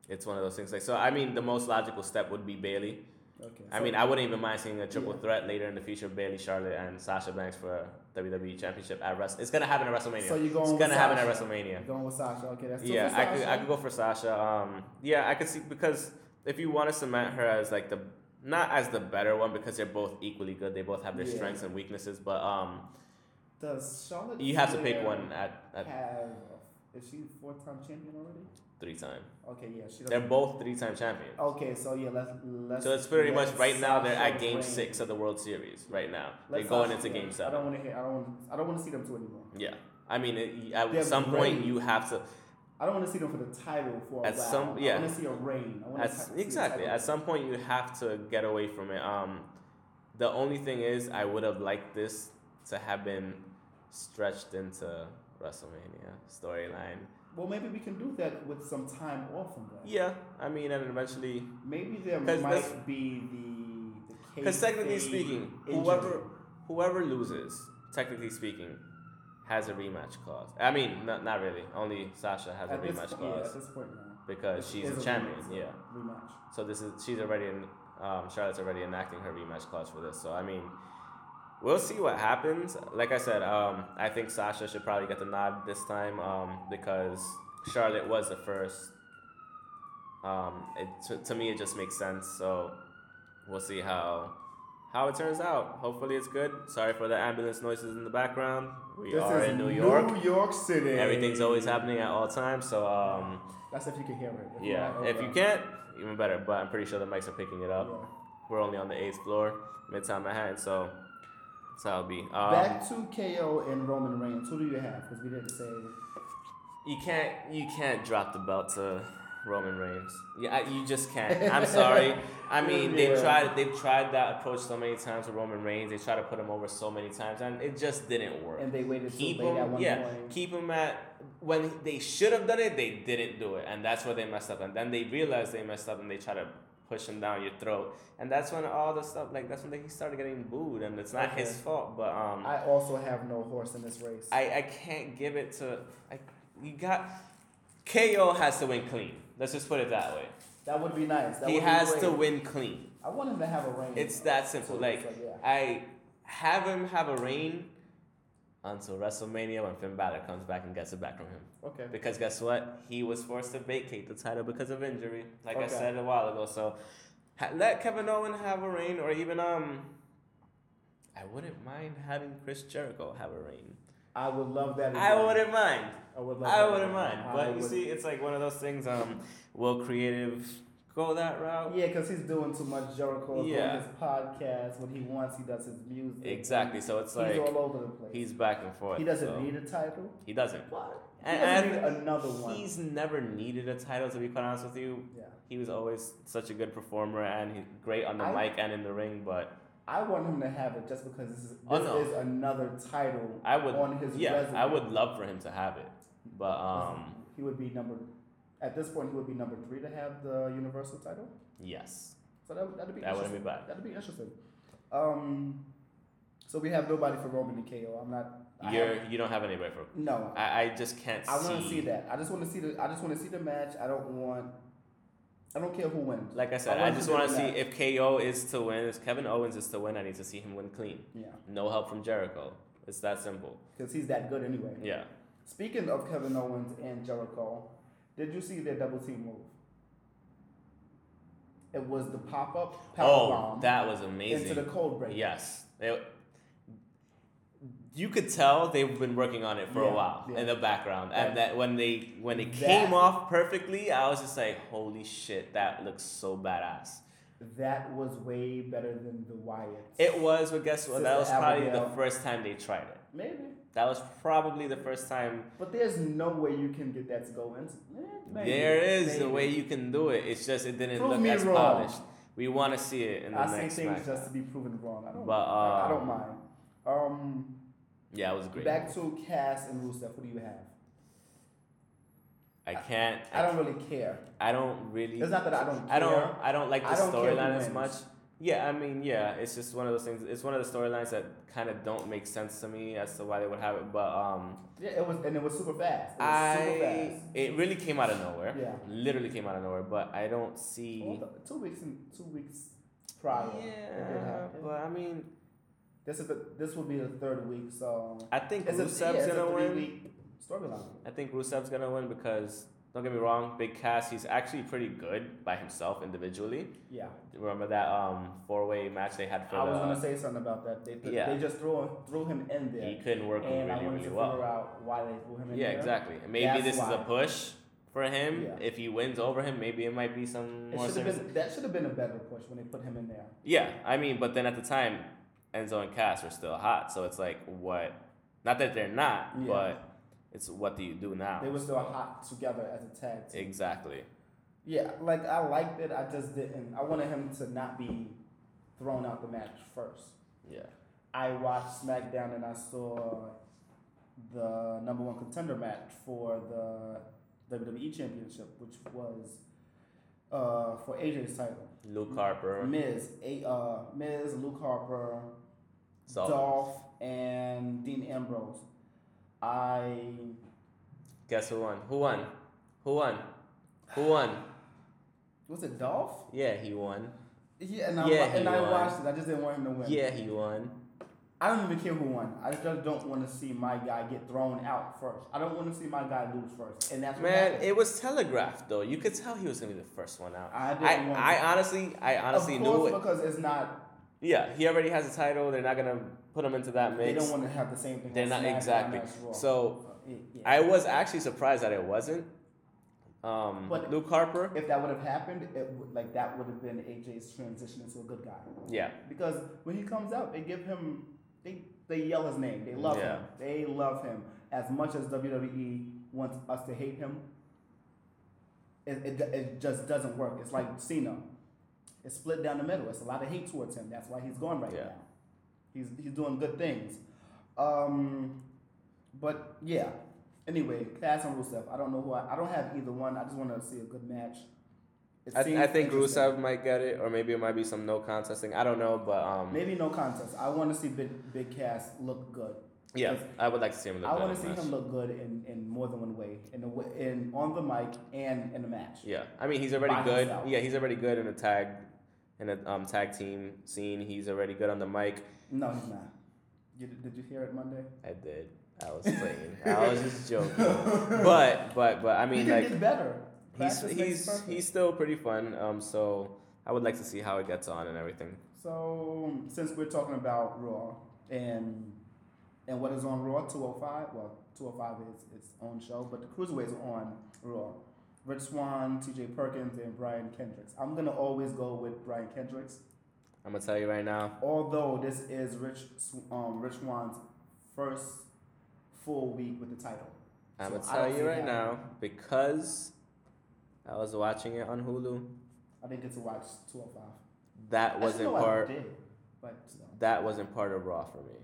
[SPEAKER 2] it's one of those things. Like so, I mean, the most logical step would be Bailey.
[SPEAKER 1] Okay.
[SPEAKER 2] I
[SPEAKER 1] so-
[SPEAKER 2] mean, I wouldn't even mind seeing a triple
[SPEAKER 1] Yeah.
[SPEAKER 2] threat later in the future: Bailey, Charlotte, and Sasha Banks for WWE Championship at Wrestle. It's gonna happen at WrestleMania.
[SPEAKER 1] So you're going
[SPEAKER 2] it's
[SPEAKER 1] with
[SPEAKER 2] gonna happen at
[SPEAKER 1] Sasha.
[SPEAKER 2] WrestleMania.
[SPEAKER 1] You're going with Sasha. Okay, that's two
[SPEAKER 2] yeah,
[SPEAKER 1] for
[SPEAKER 2] I could
[SPEAKER 1] Sasha.
[SPEAKER 2] I could go for Sasha. Um, yeah, I could see because if you want to cement her as like the not as the better one because they're both equally good. They both have their
[SPEAKER 1] Yeah.
[SPEAKER 2] strengths and weaknesses, but um,
[SPEAKER 1] Does Charlotte?
[SPEAKER 2] you have to
[SPEAKER 1] Flair
[SPEAKER 2] pick one at, at
[SPEAKER 1] Have is she four time champion already?
[SPEAKER 2] three time.
[SPEAKER 1] Okay, yeah, she.
[SPEAKER 2] They're
[SPEAKER 1] doesn't.
[SPEAKER 2] both three time champions.
[SPEAKER 1] Okay, so yeah, let's let's.
[SPEAKER 2] So it's pretty
[SPEAKER 1] let
[SPEAKER 2] much right now they're
[SPEAKER 1] Sasha
[SPEAKER 2] at game
[SPEAKER 1] reign.
[SPEAKER 2] six of the World Series right now.
[SPEAKER 1] Let
[SPEAKER 2] they're going
[SPEAKER 1] Sasha-
[SPEAKER 2] into
[SPEAKER 1] yeah,
[SPEAKER 2] game
[SPEAKER 1] I don't
[SPEAKER 2] seven.
[SPEAKER 1] want to hear. I don't. wanna- I don't want to see them two anymore.
[SPEAKER 2] Yeah. I mean, it, at
[SPEAKER 1] They're
[SPEAKER 2] some point
[SPEAKER 1] great.
[SPEAKER 2] you have to.
[SPEAKER 1] I don't want to see them for the title for a
[SPEAKER 2] At
[SPEAKER 1] while.
[SPEAKER 2] some- yeah.
[SPEAKER 1] I want to see a reign. I want
[SPEAKER 2] At,
[SPEAKER 1] to see a
[SPEAKER 2] exactly.
[SPEAKER 1] title.
[SPEAKER 2] At some point, you have to get away from it. Um, the only thing is, I would have liked this to have been stretched into WrestleMania storyline.
[SPEAKER 1] well, maybe we can do that with some time off from that.
[SPEAKER 2] Yeah, I mean, and eventually,
[SPEAKER 1] Maybe there
[SPEAKER 2] 'Cause that's-
[SPEAKER 1] might be the the
[SPEAKER 2] because
[SPEAKER 1] case.
[SPEAKER 2] technically
[SPEAKER 1] they
[SPEAKER 2] speaking,
[SPEAKER 1] injured
[SPEAKER 2] whoever
[SPEAKER 1] him.
[SPEAKER 2] whoever loses, technically speaking, has a rematch clause. I mean, not not really. Only Sasha has a
[SPEAKER 1] at this,
[SPEAKER 2] rematch
[SPEAKER 1] yeah,
[SPEAKER 2] clause
[SPEAKER 1] at this point now,
[SPEAKER 2] because
[SPEAKER 1] It's-
[SPEAKER 2] she's
[SPEAKER 1] it's
[SPEAKER 2] a
[SPEAKER 1] a
[SPEAKER 2] champion.
[SPEAKER 1] rematch.
[SPEAKER 2] Yeah.
[SPEAKER 1] rematch.
[SPEAKER 2] So this is she's already in, um, Charlotte's already enacting her rematch clause for this. So I mean, we'll see what happens. Like I said, um, I think Sasha should probably get the nod this time um, because Charlotte was the first. Um, it to, to me it just makes sense. So we'll see how how it turns out. Hopefully it's good. Sorry for the ambulance noises in the background. We
[SPEAKER 1] this
[SPEAKER 2] are
[SPEAKER 1] is
[SPEAKER 2] in New York.
[SPEAKER 1] New York City.
[SPEAKER 2] Everything's always happening at all times. So um,
[SPEAKER 1] That's if you can hear it.
[SPEAKER 2] yeah,
[SPEAKER 1] not,
[SPEAKER 2] if
[SPEAKER 1] Oh, okay.
[SPEAKER 2] you can't, even better. But I'm pretty sure the mics are picking it up
[SPEAKER 1] Yeah.
[SPEAKER 2] we're only on the eighth floor, Midtown Manhattan, so that's how it'll be. Um,
[SPEAKER 1] Back to KO and Roman Reigns. Who do you have? Because we didn't say.
[SPEAKER 2] you can't you can't drop the belt to Roman Reigns. Yeah, I- you just can't. I'm
[SPEAKER 1] <laughs>
[SPEAKER 2] sorry. I mean, they've
[SPEAKER 1] Yeah.
[SPEAKER 2] tried they've tried that approach so many times with Roman Reigns. They tried to put him over so many times, and it just didn't work.
[SPEAKER 1] And they waited
[SPEAKER 2] keep
[SPEAKER 1] too late at
[SPEAKER 2] him,
[SPEAKER 1] one
[SPEAKER 2] yeah,
[SPEAKER 1] point.
[SPEAKER 2] keep him at when they should have done it. They didn't do it, and that's where they messed up. And then they realized they messed up, and they try to push him down your throat. And that's when all the stuff like that's when he started getting booed, and it's not his
[SPEAKER 1] Okay.
[SPEAKER 2] fault. But um,
[SPEAKER 1] I also have no horse in this race.
[SPEAKER 2] I, I can't give it to I you got KO has to win clean. Let's just put it that way.
[SPEAKER 1] that would be nice. That
[SPEAKER 2] he
[SPEAKER 1] would
[SPEAKER 2] has
[SPEAKER 1] be
[SPEAKER 2] to
[SPEAKER 1] great.
[SPEAKER 2] win clean.
[SPEAKER 1] I want him to have a reign.
[SPEAKER 2] It's that simple.
[SPEAKER 1] So
[SPEAKER 2] Like
[SPEAKER 1] it's yeah.
[SPEAKER 2] I have him have a reign until WrestleMania when Finn Balor comes back and gets it back from him.
[SPEAKER 1] Okay.
[SPEAKER 2] Because guess what? He was forced to vacate the title because of injury, like I
[SPEAKER 1] Okay.
[SPEAKER 2] said a while ago. So ha- let Kevin Owen have a reign, or even um, I wouldn't mind having Chris Jericho have a reign.
[SPEAKER 1] I would love that. as
[SPEAKER 2] I
[SPEAKER 1] well.
[SPEAKER 2] wouldn't mind.
[SPEAKER 1] I would love.
[SPEAKER 2] I
[SPEAKER 1] that.
[SPEAKER 2] wouldn't mind,
[SPEAKER 1] I
[SPEAKER 2] but you
[SPEAKER 1] would-
[SPEAKER 2] see, it's like one of those things. Um, will creative go that route.
[SPEAKER 1] Yeah, because he's doing too much Jericho yeah.
[SPEAKER 2] uh, Yeah.
[SPEAKER 1] his podcast. When he wants, he does his music.
[SPEAKER 2] Exactly. So it's
[SPEAKER 1] He's
[SPEAKER 2] like
[SPEAKER 1] all over the place.
[SPEAKER 2] he's back and forth.
[SPEAKER 1] he doesn't
[SPEAKER 2] so-
[SPEAKER 1] need a title.
[SPEAKER 2] He doesn't.
[SPEAKER 1] What? He
[SPEAKER 2] And-
[SPEAKER 1] doesn't
[SPEAKER 2] and
[SPEAKER 1] need another one.
[SPEAKER 2] He's never needed a title, to be quite honest with you.
[SPEAKER 1] yeah.
[SPEAKER 2] He was always such a good performer and he, great on the
[SPEAKER 1] I-
[SPEAKER 2] mic and in the ring. But
[SPEAKER 1] I want him to have it just because this is, this
[SPEAKER 2] Oh, no.
[SPEAKER 1] is another title
[SPEAKER 2] I would,
[SPEAKER 1] on his
[SPEAKER 2] yeah,
[SPEAKER 1] resume.
[SPEAKER 2] I would love for him to have it. But um,
[SPEAKER 1] he would be number at this point. He would be number three to have the universal title.
[SPEAKER 2] yes,
[SPEAKER 1] So that that'd be
[SPEAKER 2] that
[SPEAKER 1] interesting.
[SPEAKER 2] wouldn't be bad.
[SPEAKER 1] That'd be interesting. Um, so we have nobody for Roman and KO. I'm not. I
[SPEAKER 2] You're
[SPEAKER 1] have-
[SPEAKER 2] you don't have anybody for.
[SPEAKER 1] no.
[SPEAKER 2] I, I just can't.
[SPEAKER 1] I want to see that. I just want to see the. I just want to see the match. I don't want. I don't care who wins.
[SPEAKER 2] Like I said,
[SPEAKER 1] I
[SPEAKER 2] I,
[SPEAKER 1] wanna
[SPEAKER 2] just
[SPEAKER 1] see
[SPEAKER 2] want
[SPEAKER 1] the
[SPEAKER 2] to see
[SPEAKER 1] match.
[SPEAKER 2] if KO is to win, if Kevin Owens is to win, I need to see him win clean.
[SPEAKER 1] Yeah,
[SPEAKER 2] No help from Jericho. It's that simple.
[SPEAKER 1] because he's that good anyway.
[SPEAKER 2] Yeah.
[SPEAKER 1] Speaking of Kevin Owens and Jericho, did you see their double team move? It was the pop up power
[SPEAKER 2] oh,
[SPEAKER 1] bomb
[SPEAKER 2] that was
[SPEAKER 1] into
[SPEAKER 2] amazing.
[SPEAKER 1] the cold break.
[SPEAKER 2] Yes. They- you could tell they've been working on it for
[SPEAKER 1] Yeah,
[SPEAKER 2] a while
[SPEAKER 1] yeah.
[SPEAKER 2] in the background,
[SPEAKER 1] That-
[SPEAKER 2] and that when they when it
[SPEAKER 1] that-
[SPEAKER 2] came off perfectly, I was just like, "Holy shit, that looks so badass!"
[SPEAKER 1] That was way better than the Wyatts.
[SPEAKER 2] It was, but guess what? That was
[SPEAKER 1] Sister
[SPEAKER 2] probably the
[SPEAKER 1] Abigail.
[SPEAKER 2] first time they tried it.
[SPEAKER 1] Maybe.
[SPEAKER 2] That was probably the first time.
[SPEAKER 1] But there's no way you can get that to go in. Eh, maybe,
[SPEAKER 2] there is a
[SPEAKER 1] maybe.
[SPEAKER 2] way you can do it. It's just it didn't
[SPEAKER 1] Prove
[SPEAKER 2] look
[SPEAKER 1] me
[SPEAKER 2] as
[SPEAKER 1] wrong.
[SPEAKER 2] polished. We want to see it in the
[SPEAKER 1] I say
[SPEAKER 2] next
[SPEAKER 1] things
[SPEAKER 2] match.
[SPEAKER 1] just to be proven wrong. I don't.
[SPEAKER 2] But,
[SPEAKER 1] I, I
[SPEAKER 2] um,
[SPEAKER 1] don't mind. Um,
[SPEAKER 2] Yeah, it was great.
[SPEAKER 1] back to Cass and Rusev. What do you have?
[SPEAKER 2] I can't.
[SPEAKER 1] I don't really care.
[SPEAKER 2] I don't really.
[SPEAKER 1] It's not that I don't. Care.
[SPEAKER 2] I don't I don't like
[SPEAKER 1] I
[SPEAKER 2] the
[SPEAKER 1] don't care who
[SPEAKER 2] storyline as
[SPEAKER 1] wins.
[SPEAKER 2] much. Yeah, I mean, yeah, it's just one of those things. It's one of the storylines that kind of don't make sense to me as to why they would have it, but um
[SPEAKER 1] Yeah, it was, and it was super fast. It was super
[SPEAKER 2] I
[SPEAKER 1] fast.
[SPEAKER 2] it really came out of nowhere.
[SPEAKER 1] Yeah.
[SPEAKER 2] Literally came out of nowhere, but I don't see
[SPEAKER 1] Well, the- two weeks in two weeks prior. it did
[SPEAKER 2] Yeah,
[SPEAKER 1] happen.
[SPEAKER 2] but I mean,
[SPEAKER 1] this is the this will be the third week, so
[SPEAKER 2] I think
[SPEAKER 1] it's a, yeah,
[SPEAKER 2] Rusev's
[SPEAKER 1] it's a
[SPEAKER 2] going to
[SPEAKER 1] three
[SPEAKER 2] win.
[SPEAKER 1] week storyline.
[SPEAKER 2] I think Rusev's going to win because don't get me wrong, Big Cass, he's actually pretty good by himself individually.
[SPEAKER 1] Yeah,
[SPEAKER 2] Remember that um four-way match they had for
[SPEAKER 1] I was
[SPEAKER 2] the
[SPEAKER 1] gonna say something about that. They put,
[SPEAKER 2] Yeah.
[SPEAKER 1] they just threw threw him in there,
[SPEAKER 2] he couldn't work
[SPEAKER 1] and I
[SPEAKER 2] really
[SPEAKER 1] wanted
[SPEAKER 2] really
[SPEAKER 1] to
[SPEAKER 2] well.
[SPEAKER 1] figure out why they threw him in
[SPEAKER 2] Yeah,
[SPEAKER 1] there.
[SPEAKER 2] exactly. And Maybe
[SPEAKER 1] That's
[SPEAKER 2] this is
[SPEAKER 1] why.
[SPEAKER 2] a push for him.
[SPEAKER 1] Yeah.
[SPEAKER 2] If he wins over him, maybe it might be some more
[SPEAKER 1] It should
[SPEAKER 2] serious.
[SPEAKER 1] have been that should have been a better push when they put him in there.
[SPEAKER 2] Yeah, I mean, but then at the time, Enzo and Cass were still hot, so it's like what? Not that they're not,
[SPEAKER 1] Yeah.
[SPEAKER 2] but it's what do you do now?
[SPEAKER 1] They were still hot together as a tag team.
[SPEAKER 2] exactly.
[SPEAKER 1] Yeah, like I liked it. I just didn't. I wanted him to not be thrown out the match first.
[SPEAKER 2] Yeah.
[SPEAKER 1] I watched SmackDown and I saw the number one contender match for the WWE Championship, which was uh, for AJ's title.
[SPEAKER 2] Luke Harper,
[SPEAKER 1] Miz, a, uh, Miz, Luke Harper,
[SPEAKER 2] Dolph.
[SPEAKER 1] Dolph, and Dean Ambrose. I
[SPEAKER 2] Guess who won? Who won? Who won? Who won?
[SPEAKER 1] was it Dolph?
[SPEAKER 2] Yeah, he won.
[SPEAKER 1] Yeah, and I,
[SPEAKER 2] Yeah,
[SPEAKER 1] wa- and
[SPEAKER 2] he
[SPEAKER 1] I
[SPEAKER 2] won.
[SPEAKER 1] watched it. I just didn't want him to win.
[SPEAKER 2] Yeah, he won.
[SPEAKER 1] I don't even care who won. I just don't want to see my guy get thrown out first. I don't want to see my guy lose first, and that's what
[SPEAKER 2] Man,
[SPEAKER 1] happened.
[SPEAKER 2] it was telegraphed though. You could tell he was gonna be the first one out.
[SPEAKER 1] I didn't want
[SPEAKER 2] I,
[SPEAKER 1] to-
[SPEAKER 2] I honestly, I honestly
[SPEAKER 1] of
[SPEAKER 2] knew
[SPEAKER 1] course,
[SPEAKER 2] it.
[SPEAKER 1] because it's not.
[SPEAKER 2] Yeah, he already has a title. They're not gonna put him into that mix.
[SPEAKER 1] They don't want to have the same thing.
[SPEAKER 2] They're
[SPEAKER 1] on
[SPEAKER 2] not-
[SPEAKER 1] SmackDown
[SPEAKER 2] exactly.
[SPEAKER 1] as Raw.
[SPEAKER 2] So,
[SPEAKER 1] Yeah, yeah.
[SPEAKER 2] I was actually surprised that it wasn't. Um,
[SPEAKER 1] But-
[SPEAKER 2] Luke Harper.
[SPEAKER 1] if that would have happened, it would, like that would have been AJ's transition into a good guy.
[SPEAKER 2] yeah,
[SPEAKER 1] Because when he comes out, they give him, they they yell his name. They love him.
[SPEAKER 2] Yeah.
[SPEAKER 1] They love him as much as WWE wants us to hate him. It, it, it just doesn't work. It's like Cena. It's split down the middle. It's a lot of hate towards him. That's why he's gone right
[SPEAKER 2] Yeah.
[SPEAKER 1] now. He's he's doing good things. Um, but yeah. Anyway, Cass and Rusev. I don't know who I. I don't have either one. I just want to see a good match. It
[SPEAKER 2] I,
[SPEAKER 1] seems
[SPEAKER 2] I think
[SPEAKER 1] interesting.
[SPEAKER 2] Rusev might get it, or maybe it might be some no contest thing. I don't know, but um,
[SPEAKER 1] Maybe no contest. I want to see Big Big Cass look good.
[SPEAKER 2] yeah, I would like to see him. in the
[SPEAKER 1] I want
[SPEAKER 2] title
[SPEAKER 1] to see
[SPEAKER 2] match.
[SPEAKER 1] him look good in, in more than one way, in the w- in on the mic and in the match.
[SPEAKER 2] Yeah, I mean he's already
[SPEAKER 1] by
[SPEAKER 2] good.
[SPEAKER 1] himself.
[SPEAKER 2] Yeah, he's already good in a tag, in a um, tag team scene. He's already good on the mic.
[SPEAKER 1] No, he's not. You, did you hear it Monday?
[SPEAKER 2] I did. I was playing. I was just
[SPEAKER 1] <laughs>
[SPEAKER 2] joking. But but but I
[SPEAKER 1] he
[SPEAKER 2] mean
[SPEAKER 1] can <laughs>
[SPEAKER 2] like
[SPEAKER 1] get better.
[SPEAKER 2] he's
[SPEAKER 1] Practice makes
[SPEAKER 2] he's
[SPEAKER 1] perfect.
[SPEAKER 2] he's still pretty fun. Um, so I would like to see how it gets on and everything.
[SPEAKER 1] So since we're talking about Raw and and what is oh on Raw two hundred five? Well, two hundred five is its own show, but the Cruiserweights are on Raw. Rich Swan, T.J. Perkins, and Brian Kendricks. I'm gonna always go with Brian Kendricks,
[SPEAKER 2] I'm gonna tell you right now.
[SPEAKER 1] although this is Rich Sw- um, Rich Swan's first full week with the title.
[SPEAKER 2] I'm
[SPEAKER 1] So
[SPEAKER 2] gonna
[SPEAKER 1] I don't
[SPEAKER 2] tell
[SPEAKER 1] see
[SPEAKER 2] you right
[SPEAKER 1] that.
[SPEAKER 2] now because I was watching it on Hulu.
[SPEAKER 1] I didn't get to watch 205.
[SPEAKER 2] That
[SPEAKER 1] Actually,
[SPEAKER 2] wasn't
[SPEAKER 1] no, I
[SPEAKER 2] part.
[SPEAKER 1] did, but you know.
[SPEAKER 2] That wasn't part of Raw for me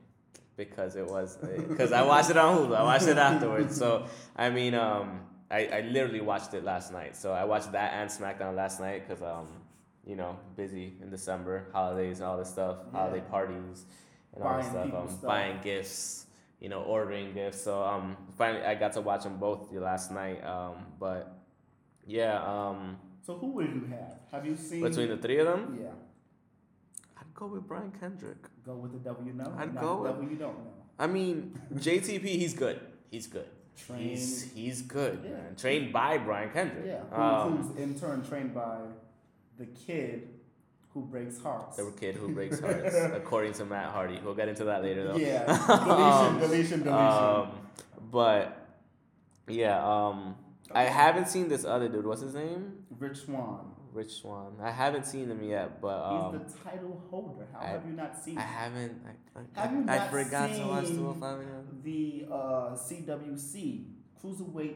[SPEAKER 2] because it was because I watched it on Hulu. I watched it afterwards. So I mean, um, I, I literally watched it last night. So I watched that and SmackDown last night because um, you know, busy in December, holidays, all this stuff,
[SPEAKER 1] Yeah.
[SPEAKER 2] holiday parties, and all this
[SPEAKER 1] Buying
[SPEAKER 2] stuff.
[SPEAKER 1] people
[SPEAKER 2] Um,
[SPEAKER 1] stuff.
[SPEAKER 2] buying gifts, you know, ordering gifts. So um, finally I got to watch them both the last night. Um, but yeah, um,
[SPEAKER 1] So who would you have? Have you seen?
[SPEAKER 2] between the three of them,
[SPEAKER 1] yeah,
[SPEAKER 2] I'd go with Brian Kendrick.
[SPEAKER 1] go with the W. No,
[SPEAKER 2] I'd
[SPEAKER 1] not
[SPEAKER 2] go
[SPEAKER 1] the
[SPEAKER 2] with-
[SPEAKER 1] W. Don't know.
[SPEAKER 2] I mean, JTP, he's good. He's good.
[SPEAKER 1] Trained.
[SPEAKER 2] He's he's good,
[SPEAKER 1] Yeah.
[SPEAKER 2] man. Trained by Brian Kendrick.
[SPEAKER 1] Yeah, who,
[SPEAKER 2] Um,
[SPEAKER 1] who's in turn trained by the kid who breaks hearts.
[SPEAKER 2] the kid who breaks
[SPEAKER 1] <laughs>
[SPEAKER 2] hearts, according to Matt Hardy. We'll get into that later, though. <laughs>
[SPEAKER 1] Yeah, deletion,
[SPEAKER 2] Um,
[SPEAKER 1] deletion, deletion.
[SPEAKER 2] Um, but yeah, um, I haven't seen this other dude. What's his name?
[SPEAKER 1] Rich Swan.
[SPEAKER 2] Rich Swan. I haven't seen him yet, but um,
[SPEAKER 1] He's the title holder. How
[SPEAKER 2] I-
[SPEAKER 1] have you not seen
[SPEAKER 2] I haven't. I, I,
[SPEAKER 1] Have you
[SPEAKER 2] I
[SPEAKER 1] not
[SPEAKER 2] forgot to watch
[SPEAKER 1] seen
[SPEAKER 2] 205 now.
[SPEAKER 1] the uh, CWC Cruiserweight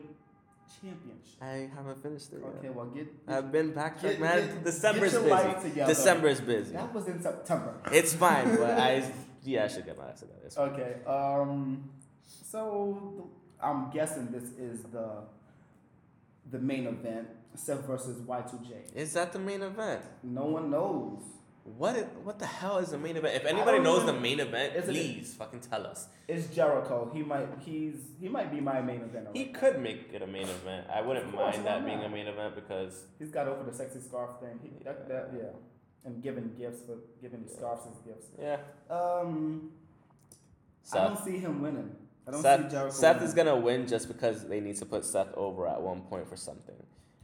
[SPEAKER 1] Championship?
[SPEAKER 2] I haven't finished it
[SPEAKER 1] Okay,
[SPEAKER 2] yet.
[SPEAKER 1] well get.
[SPEAKER 2] I've been backtrack,
[SPEAKER 1] Get-
[SPEAKER 2] man.
[SPEAKER 1] get- get
[SPEAKER 2] December's
[SPEAKER 1] your
[SPEAKER 2] busy.
[SPEAKER 1] life together.
[SPEAKER 2] December's busy.
[SPEAKER 1] That was in September.
[SPEAKER 2] It's fine, but I
[SPEAKER 1] <laughs>
[SPEAKER 2] yeah, I should get my ass together. It's fine.
[SPEAKER 1] Okay. Um. So the- I'm guessing this is the the main event, Seth versus Y2J.
[SPEAKER 2] Is that the main event?
[SPEAKER 1] No one knows.
[SPEAKER 2] What i- what the hell is the main event? If
[SPEAKER 1] I
[SPEAKER 2] anybody
[SPEAKER 1] don't
[SPEAKER 2] knows
[SPEAKER 1] even-
[SPEAKER 2] the main event,
[SPEAKER 1] Isn't it-
[SPEAKER 2] please fucking tell us.
[SPEAKER 1] It's Jericho. He might. He's. He might be my main event.
[SPEAKER 2] He
[SPEAKER 1] already.
[SPEAKER 2] could make it a main event. I wouldn't
[SPEAKER 1] Of course,
[SPEAKER 2] mind
[SPEAKER 1] why
[SPEAKER 2] that being
[SPEAKER 1] not?
[SPEAKER 2] a main event because
[SPEAKER 1] He's got over the sexy scarf thing. He, that, that, yeah. And giving gifts for giving scarves as gifts.
[SPEAKER 2] yeah,
[SPEAKER 1] Um. I
[SPEAKER 2] Seth.
[SPEAKER 1] don't see him winning. I don't see Jericho.
[SPEAKER 2] Seth, Seth
[SPEAKER 1] winning.
[SPEAKER 2] is gonna win just because they need to put Seth over at one point for something.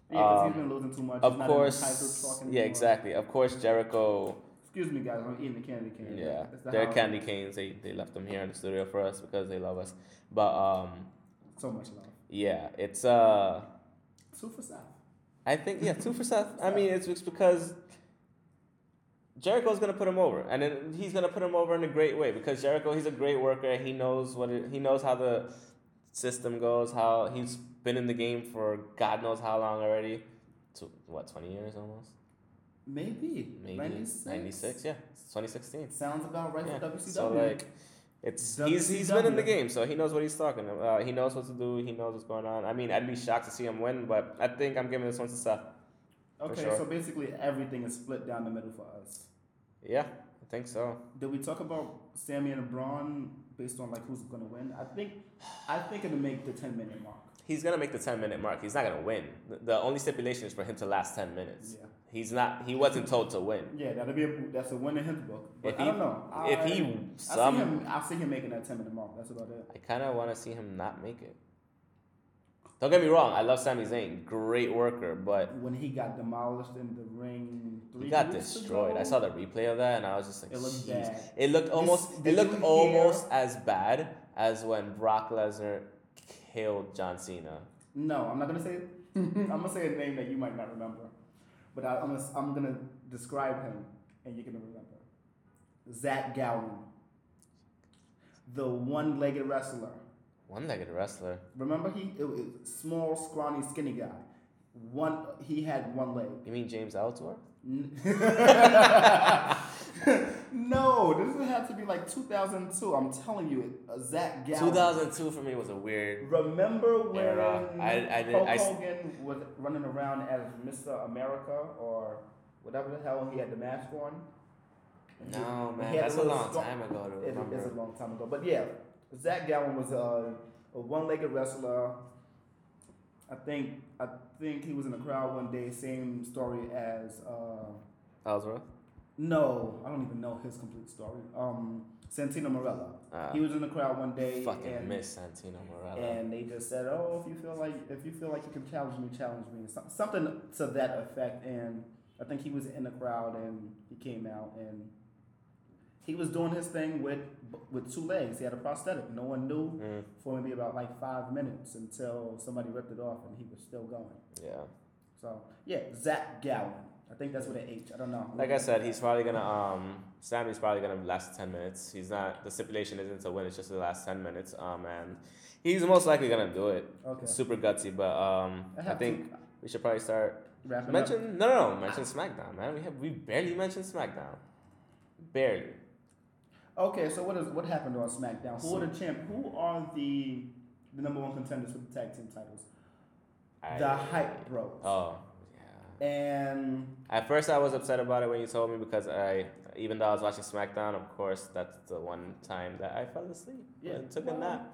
[SPEAKER 1] Yeah, 'cause he's
[SPEAKER 2] um,
[SPEAKER 1] been losing too much. He's
[SPEAKER 2] Of
[SPEAKER 1] not in the title
[SPEAKER 2] course,
[SPEAKER 1] talk
[SPEAKER 2] yeah,
[SPEAKER 1] anymore.
[SPEAKER 2] exactly. Of course, Jericho.
[SPEAKER 1] Excuse me, guys. I'm eating the candy cane.
[SPEAKER 2] Yeah,
[SPEAKER 1] That's the
[SPEAKER 2] they're
[SPEAKER 1] how-
[SPEAKER 2] candy canes. They they left them here in the studio for us because they love us. But um,
[SPEAKER 1] So much love.
[SPEAKER 2] yeah, it's uh.
[SPEAKER 1] Two for Seth.
[SPEAKER 2] I think yeah, two for Seth. I mean, it's, it's because Jericho's gonna put him over, and then he's gonna put him over in a great way because Jericho he's a great worker. He knows what it, he knows how the system goes. How he's been in the game for God knows how long already. Tw what twenty years almost?
[SPEAKER 1] Maybe.
[SPEAKER 2] Maybe
[SPEAKER 1] 96?
[SPEAKER 2] ninety six. Yeah, twenty sixteen.
[SPEAKER 1] Sounds about right
[SPEAKER 2] Yeah.
[SPEAKER 1] for WCW.
[SPEAKER 2] So like, it's he's he's been in the
[SPEAKER 1] WCW.
[SPEAKER 2] game, so he knows what he's talking about. He knows what to do. He knows what's going on. I mean, I'd be shocked to see him win, but I think I'm giving this one to Seth.
[SPEAKER 1] okay,
[SPEAKER 2] sure.
[SPEAKER 1] so basically everything is split down the middle for us.
[SPEAKER 2] Yeah, I think so.
[SPEAKER 1] Did we talk about Sammy and Braun based on like who's gonna win? I think I think it'll make the ten minute mark.
[SPEAKER 2] He's gonna make the ten minute mark. He's not gonna win. The- The only stipulation is for him to last ten minutes.
[SPEAKER 1] Yeah.
[SPEAKER 2] He's not. He wasn't told to win.
[SPEAKER 1] Yeah, that'll be a that's a win in his book. But
[SPEAKER 2] If
[SPEAKER 1] I
[SPEAKER 2] he-
[SPEAKER 1] don't know.
[SPEAKER 2] if
[SPEAKER 1] I,
[SPEAKER 2] he
[SPEAKER 1] I
[SPEAKER 2] some-
[SPEAKER 1] see him I see him making that ten minute mark. That's about it.
[SPEAKER 2] I kind of want to see him not make it. Don't get me wrong. I love Sami Zayn. Great worker, but
[SPEAKER 1] When he got demolished in the ring three
[SPEAKER 2] he got
[SPEAKER 1] weeks
[SPEAKER 2] destroyed.
[SPEAKER 1] ago,
[SPEAKER 2] I saw the replay of that, and I was just like,
[SPEAKER 1] It looked
[SPEAKER 2] "Jeez."
[SPEAKER 1] bad.
[SPEAKER 2] It looked almost.
[SPEAKER 1] did
[SPEAKER 2] it looked
[SPEAKER 1] you
[SPEAKER 2] almost as bad as when Brock Lesnar killed John Cena.
[SPEAKER 1] No, I'm not gonna say. It. <laughs> I'm gonna say a name that you might not remember, but I, I'm gonna, I'm gonna describe him, and you're gonna remember. Zach Gowen, the one-legged wrestler.
[SPEAKER 2] One-legged wrestler.
[SPEAKER 1] Remember, he it was small, scrawny, skinny guy. One, he had one leg.
[SPEAKER 2] You mean James Ellsworth?
[SPEAKER 1] <laughs> No, this would have to be like 2002. I'm telling you, it- uh, Zach Gowen.
[SPEAKER 2] 2002 for me was a weird
[SPEAKER 1] Remember when
[SPEAKER 2] Era. I- I did-
[SPEAKER 1] Hulk
[SPEAKER 2] I s-
[SPEAKER 1] Hogan was running around as Mr. America or whatever the hell he had the mask on?
[SPEAKER 2] No, man,
[SPEAKER 1] had
[SPEAKER 2] that's
[SPEAKER 1] a
[SPEAKER 2] a
[SPEAKER 1] little
[SPEAKER 2] long
[SPEAKER 1] scar-
[SPEAKER 2] time ago to
[SPEAKER 1] It it
[SPEAKER 2] remember.
[SPEAKER 1] is a long time ago. But yeah, Zach Gowen was a, a one-legged wrestler. I think I think he was in the crowd one day, same story as uh,
[SPEAKER 2] Ellsworth?
[SPEAKER 1] no, I don't even know his complete story. Um, Santino Morella.
[SPEAKER 2] Ah.
[SPEAKER 1] he was in the crowd one day
[SPEAKER 2] Fucking
[SPEAKER 1] and
[SPEAKER 2] miss Santino Morella.
[SPEAKER 1] and they just said, "Oh, if you feel like if you feel like you can challenge me, challenge me," Some- something to that effect. And I think he was in the crowd, and he came out, and He was doing his thing with with two legs. He had a prosthetic. No one knew
[SPEAKER 2] Mm,
[SPEAKER 1] for maybe about like five minutes until somebody ripped it off, and he was still going.
[SPEAKER 2] yeah.
[SPEAKER 1] So yeah, Zach Gowen. I think that's with an H. I don't know.
[SPEAKER 2] Like I said, he's probably gonna um Sammy's probably gonna last ten minutes. He's not the stipulation isn't to win, it's just the last ten minutes. Um and he's most likely gonna do it.
[SPEAKER 1] okay.
[SPEAKER 2] Super gutsy, but um I,
[SPEAKER 1] have
[SPEAKER 2] think
[SPEAKER 1] to
[SPEAKER 2] we should probably start
[SPEAKER 1] wrap it up.
[SPEAKER 2] mention no no no mention SmackDown, man. We have we barely mentioned SmackDown. Barely.
[SPEAKER 1] Okay, so what is what happened on SmackDown? Who are the champ? Who are the the number one contenders for the tag team titles?
[SPEAKER 2] I-
[SPEAKER 1] The Hype Bros.
[SPEAKER 2] Oh yeah.
[SPEAKER 1] And
[SPEAKER 2] At first, I was upset about it when you told me because I, even though I was watching SmackDown, of course, that's the one time that I fell asleep
[SPEAKER 1] Yeah.
[SPEAKER 2] and took
[SPEAKER 1] Well-
[SPEAKER 2] a nap.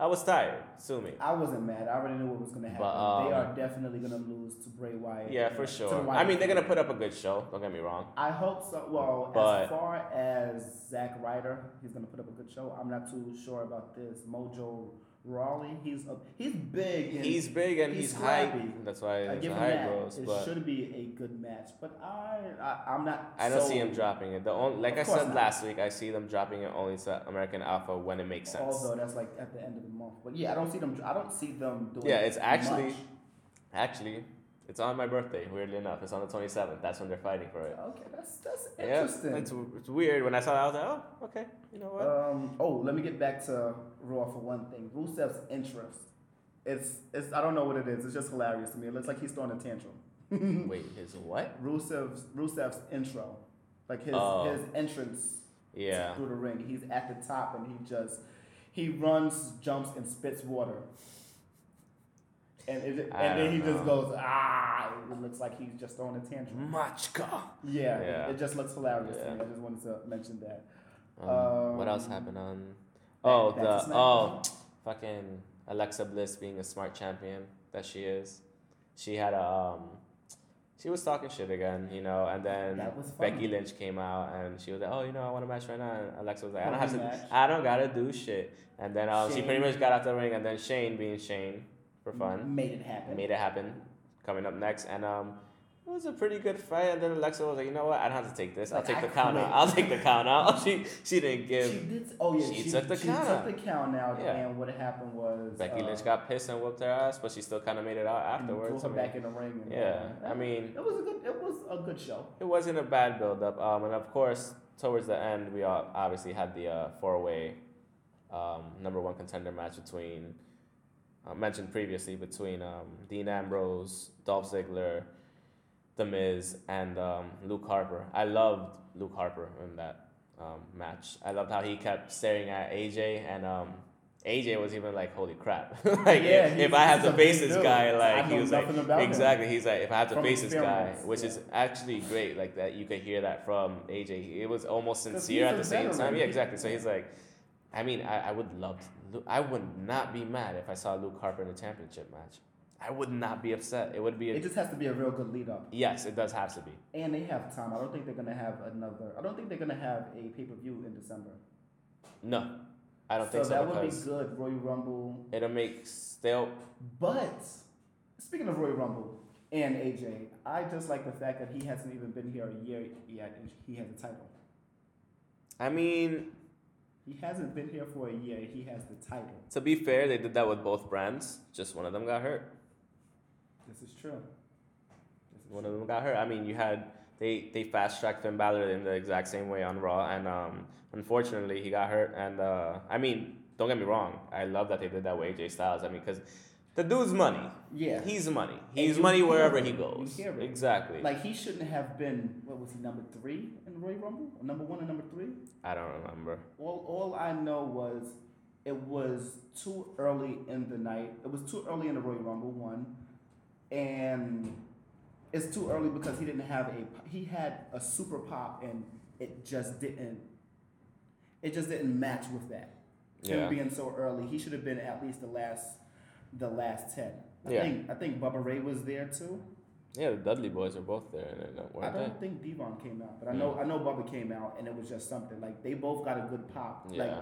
[SPEAKER 2] I was tired. Sue me.
[SPEAKER 1] I wasn't mad. I already knew what was gonna happen.
[SPEAKER 2] um,
[SPEAKER 1] they are definitely gonna lose to Bray Wyatt.
[SPEAKER 2] Yeah, for
[SPEAKER 1] to
[SPEAKER 2] sure.
[SPEAKER 1] Wyatt
[SPEAKER 2] I mean, they're gonna
[SPEAKER 1] family.
[SPEAKER 2] put up a good show. Don't get me wrong.
[SPEAKER 1] I hope so. Well,
[SPEAKER 2] But-
[SPEAKER 1] as far as Zack Ryder, he's gonna put up a good show. I'm not too sure about this. Mojo Rawley, he's a, he's big. And
[SPEAKER 2] He's big and
[SPEAKER 1] he's
[SPEAKER 2] he's, high.
[SPEAKER 1] scrappy.
[SPEAKER 2] That's why
[SPEAKER 1] I
[SPEAKER 2] it's
[SPEAKER 1] give
[SPEAKER 2] a
[SPEAKER 1] him
[SPEAKER 2] high
[SPEAKER 1] that.
[SPEAKER 2] gross.
[SPEAKER 1] it
[SPEAKER 2] But
[SPEAKER 1] should be a good match. But I, I I'm not.
[SPEAKER 2] I don't
[SPEAKER 1] so-
[SPEAKER 2] see him dropping it. The only,
[SPEAKER 1] Of
[SPEAKER 2] like I
[SPEAKER 1] course
[SPEAKER 2] said
[SPEAKER 1] not.
[SPEAKER 2] last week, I see them dropping it only to American Alpha when it makes sense.
[SPEAKER 1] Although that's like at the end of the month. But yeah, I don't see them. I don't see them doing.
[SPEAKER 2] Yeah, it's actually-
[SPEAKER 1] much.
[SPEAKER 2] Actually, it's on my birthday. Weirdly enough, it's on the twenty seventh. That's when they're fighting for it.
[SPEAKER 1] Okay, that's that's
[SPEAKER 2] Yeah,
[SPEAKER 1] interesting.
[SPEAKER 2] it's, it's weird. When I saw that, I was like, oh, okay. You know what?
[SPEAKER 1] Um, oh, let me get back to Raw for one thing. Rusev's interest. It's, it's I don't know what it is. It's just hilarious to me. It looks like he's throwing a tantrum. <laughs>
[SPEAKER 2] Wait, his what?
[SPEAKER 1] Rusev's Rusev's intro, like his
[SPEAKER 2] Oh.
[SPEAKER 1] his entrance
[SPEAKER 2] Yeah.
[SPEAKER 1] through the ring. He's at the top and he just he runs, jumps, and spits water. And it,
[SPEAKER 2] I
[SPEAKER 1] and then he
[SPEAKER 2] don't
[SPEAKER 1] just
[SPEAKER 2] know.
[SPEAKER 1] goes ah. It looks like he's just throwing a tantrum.
[SPEAKER 2] Machka.
[SPEAKER 1] Yeah, it-
[SPEAKER 2] Yeah.
[SPEAKER 1] It, just looks hilarious
[SPEAKER 2] Yeah.
[SPEAKER 1] to me. I just wanted to mention that.
[SPEAKER 2] Um, what else
[SPEAKER 1] Um,
[SPEAKER 2] happened on? Oh,
[SPEAKER 1] Back- back to
[SPEAKER 2] the oh,
[SPEAKER 1] SmackDown.
[SPEAKER 2] fucking Alexa Bliss being a smart champion that she is. She had a um, she was talking shit again, you know, and then
[SPEAKER 1] That was
[SPEAKER 2] Becky
[SPEAKER 1] funny.
[SPEAKER 2] Lynch came out and she was like, "Oh, you know, I want a match right now." And Alexa was like, "I don't
[SPEAKER 1] Want
[SPEAKER 2] have
[SPEAKER 1] a
[SPEAKER 2] to.
[SPEAKER 1] match?
[SPEAKER 2] I don't gotta do shit." And then um, she pretty
[SPEAKER 1] Shane.
[SPEAKER 2] much got out the ring, and then Shane being Shane for fun.
[SPEAKER 1] Made it happen.
[SPEAKER 2] made it happen coming up next and um it was a pretty good fight and then Alexa was like you know what I don't have to take this I'll
[SPEAKER 1] Like,
[SPEAKER 2] take
[SPEAKER 1] I
[SPEAKER 2] the count out
[SPEAKER 1] quit.
[SPEAKER 2] I'll take the count out <laughs> she she didn't give
[SPEAKER 1] <laughs> She did. Oh yeah,
[SPEAKER 2] She
[SPEAKER 1] she,
[SPEAKER 2] took the
[SPEAKER 1] she
[SPEAKER 2] count
[SPEAKER 1] took
[SPEAKER 2] out.
[SPEAKER 1] the count out,
[SPEAKER 2] Yeah.
[SPEAKER 1] and what happened was
[SPEAKER 2] Becky
[SPEAKER 1] uh,
[SPEAKER 2] Lynch got pissed and whooped her ass but she still kind of made it out
[SPEAKER 1] and threw
[SPEAKER 2] afterwards
[SPEAKER 1] her
[SPEAKER 2] I mean,
[SPEAKER 1] back in the ring. And
[SPEAKER 2] yeah I
[SPEAKER 1] That-
[SPEAKER 2] mean
[SPEAKER 1] it was a good. It was a good show.
[SPEAKER 2] it wasn't a bad build up um and of course towards the end we all obviously had the uh, four way um number one contender match between uh, mentioned previously between um, Dean Ambrose, Dolph Ziggler, The Miz, and um, Luke Harper. I loved Luke Harper in that um, match. I loved how he kept staring at AJ, and um, AJ was even like, "Holy crap!" <laughs> like,
[SPEAKER 1] Yeah,
[SPEAKER 2] if
[SPEAKER 1] he's-
[SPEAKER 2] I have
[SPEAKER 1] he's
[SPEAKER 2] to
[SPEAKER 1] a
[SPEAKER 2] face
[SPEAKER 1] big
[SPEAKER 2] this
[SPEAKER 1] dude.
[SPEAKER 2] guy, like
[SPEAKER 1] I
[SPEAKER 2] he
[SPEAKER 1] know
[SPEAKER 2] was like,
[SPEAKER 1] nothing about him.
[SPEAKER 2] exactly. He's like, if I have to
[SPEAKER 1] From
[SPEAKER 2] face this guy,
[SPEAKER 1] experience,
[SPEAKER 2] which is actually great. Like that, you could hear that from AJ. It was almost
[SPEAKER 1] 'Cause
[SPEAKER 2] sincere
[SPEAKER 1] he's
[SPEAKER 2] at
[SPEAKER 1] a
[SPEAKER 2] the same
[SPEAKER 1] veteran.
[SPEAKER 2] time. Yeah, exactly. So
[SPEAKER 1] Yeah.
[SPEAKER 2] he's like. I mean, I, I would love to. Lu- I would not be mad if I saw Luke Harper in a championship match. I would not be upset. It would be. A,
[SPEAKER 1] It just has to be a real good lead up,
[SPEAKER 2] yes, it does have to be.
[SPEAKER 1] and they have time. I don't think they're gonna have another. I don't think they're gonna have a pay per view in December.
[SPEAKER 2] No, I don't think so.
[SPEAKER 1] that would be
[SPEAKER 2] because
[SPEAKER 1] good, Royal Rumble.
[SPEAKER 2] It'll make still.
[SPEAKER 1] But speaking of Royal Rumble and AJ, I just like the fact that he hasn't even been here a year yet, and he has the title.
[SPEAKER 2] I mean,
[SPEAKER 1] He hasn't been here for a year. He has the title.
[SPEAKER 2] to be fair, they did that with both brands. Just one of them got hurt.
[SPEAKER 1] This is true. This is
[SPEAKER 2] One
[SPEAKER 1] true.
[SPEAKER 2] of them got hurt. I mean, you had they they fast tracked Finn Balor in the exact same way on Raw, and um, unfortunately he got hurt. And uh, I mean, don't get me wrong. I love that they did that with AJ Styles. I mean, because the dude's money.
[SPEAKER 1] Yeah.
[SPEAKER 2] He's money.
[SPEAKER 1] And
[SPEAKER 2] He's
[SPEAKER 1] you
[SPEAKER 2] money
[SPEAKER 1] hear
[SPEAKER 2] wherever
[SPEAKER 1] it.
[SPEAKER 2] he
[SPEAKER 1] You
[SPEAKER 2] goes.
[SPEAKER 1] hear it.
[SPEAKER 2] Exactly.
[SPEAKER 1] like he shouldn't have been. What was he number three in Royal Rumble? Or number one and number three?
[SPEAKER 2] I don't remember.
[SPEAKER 1] All all I know was it was too early in the night. It was too early in the Royal Rumble one, and it's too early because he didn't have a. He had a super pop and it just didn't. It just didn't match with that.
[SPEAKER 2] Yeah.
[SPEAKER 1] Him being so early, he should have been at least the last, the last ten. I
[SPEAKER 2] Yeah.
[SPEAKER 1] think I think Bubba Ray was there too.
[SPEAKER 2] Yeah, the Dudley boys are both there, and they're not Mm.
[SPEAKER 1] I
[SPEAKER 2] weren't
[SPEAKER 1] don't
[SPEAKER 2] they?
[SPEAKER 1] think Devon came out, but I know I know Bubba came out, and it was just something like they both got a good pop.
[SPEAKER 2] Yeah.
[SPEAKER 1] Like,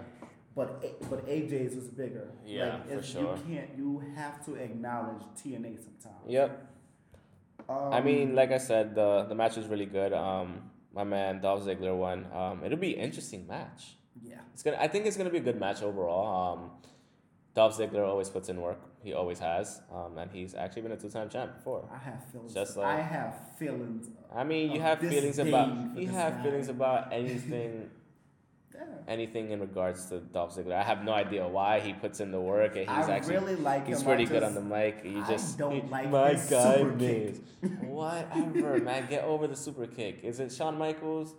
[SPEAKER 1] but A- but AJ's was bigger.
[SPEAKER 2] Yeah,
[SPEAKER 1] like,
[SPEAKER 2] for
[SPEAKER 1] it's-
[SPEAKER 2] sure.
[SPEAKER 1] You can't. You have to acknowledge TNA sometimes.
[SPEAKER 2] Yep.
[SPEAKER 1] Um,
[SPEAKER 2] I mean, like I said, the the match was really good. Um, my man Dolph Ziggler won. Um, it'll be an interesting match.
[SPEAKER 1] Yeah.
[SPEAKER 2] It's gonna. I think it's gonna be a good match overall. Um, Dolph Ziggler always puts in work. He always has, um, and he's actually been a two-time champ before.
[SPEAKER 1] I have feelings.
[SPEAKER 2] Just
[SPEAKER 1] I
[SPEAKER 2] like-
[SPEAKER 1] have feelings.
[SPEAKER 2] I mean, you
[SPEAKER 1] Of
[SPEAKER 2] have
[SPEAKER 1] Oh, this
[SPEAKER 2] feelings
[SPEAKER 1] thing
[SPEAKER 2] about
[SPEAKER 1] for
[SPEAKER 2] you
[SPEAKER 1] this
[SPEAKER 2] have
[SPEAKER 1] guy.
[SPEAKER 2] feelings about anything, <laughs>
[SPEAKER 1] Yeah.
[SPEAKER 2] anything in regards to Dolph Ziggler. I have no idea why he puts in the work, and he's
[SPEAKER 1] I
[SPEAKER 2] actually
[SPEAKER 1] really like him.
[SPEAKER 2] he's
[SPEAKER 1] I
[SPEAKER 2] pretty good
[SPEAKER 1] just-
[SPEAKER 2] on the mic. You
[SPEAKER 1] I
[SPEAKER 2] just <laughs>
[SPEAKER 1] don't like
[SPEAKER 2] my
[SPEAKER 1] his
[SPEAKER 2] guy
[SPEAKER 1] super
[SPEAKER 2] Miz.
[SPEAKER 1] kick.
[SPEAKER 2] <laughs> Whatever, man. Get over the super kick. Is it Shawn Michaels?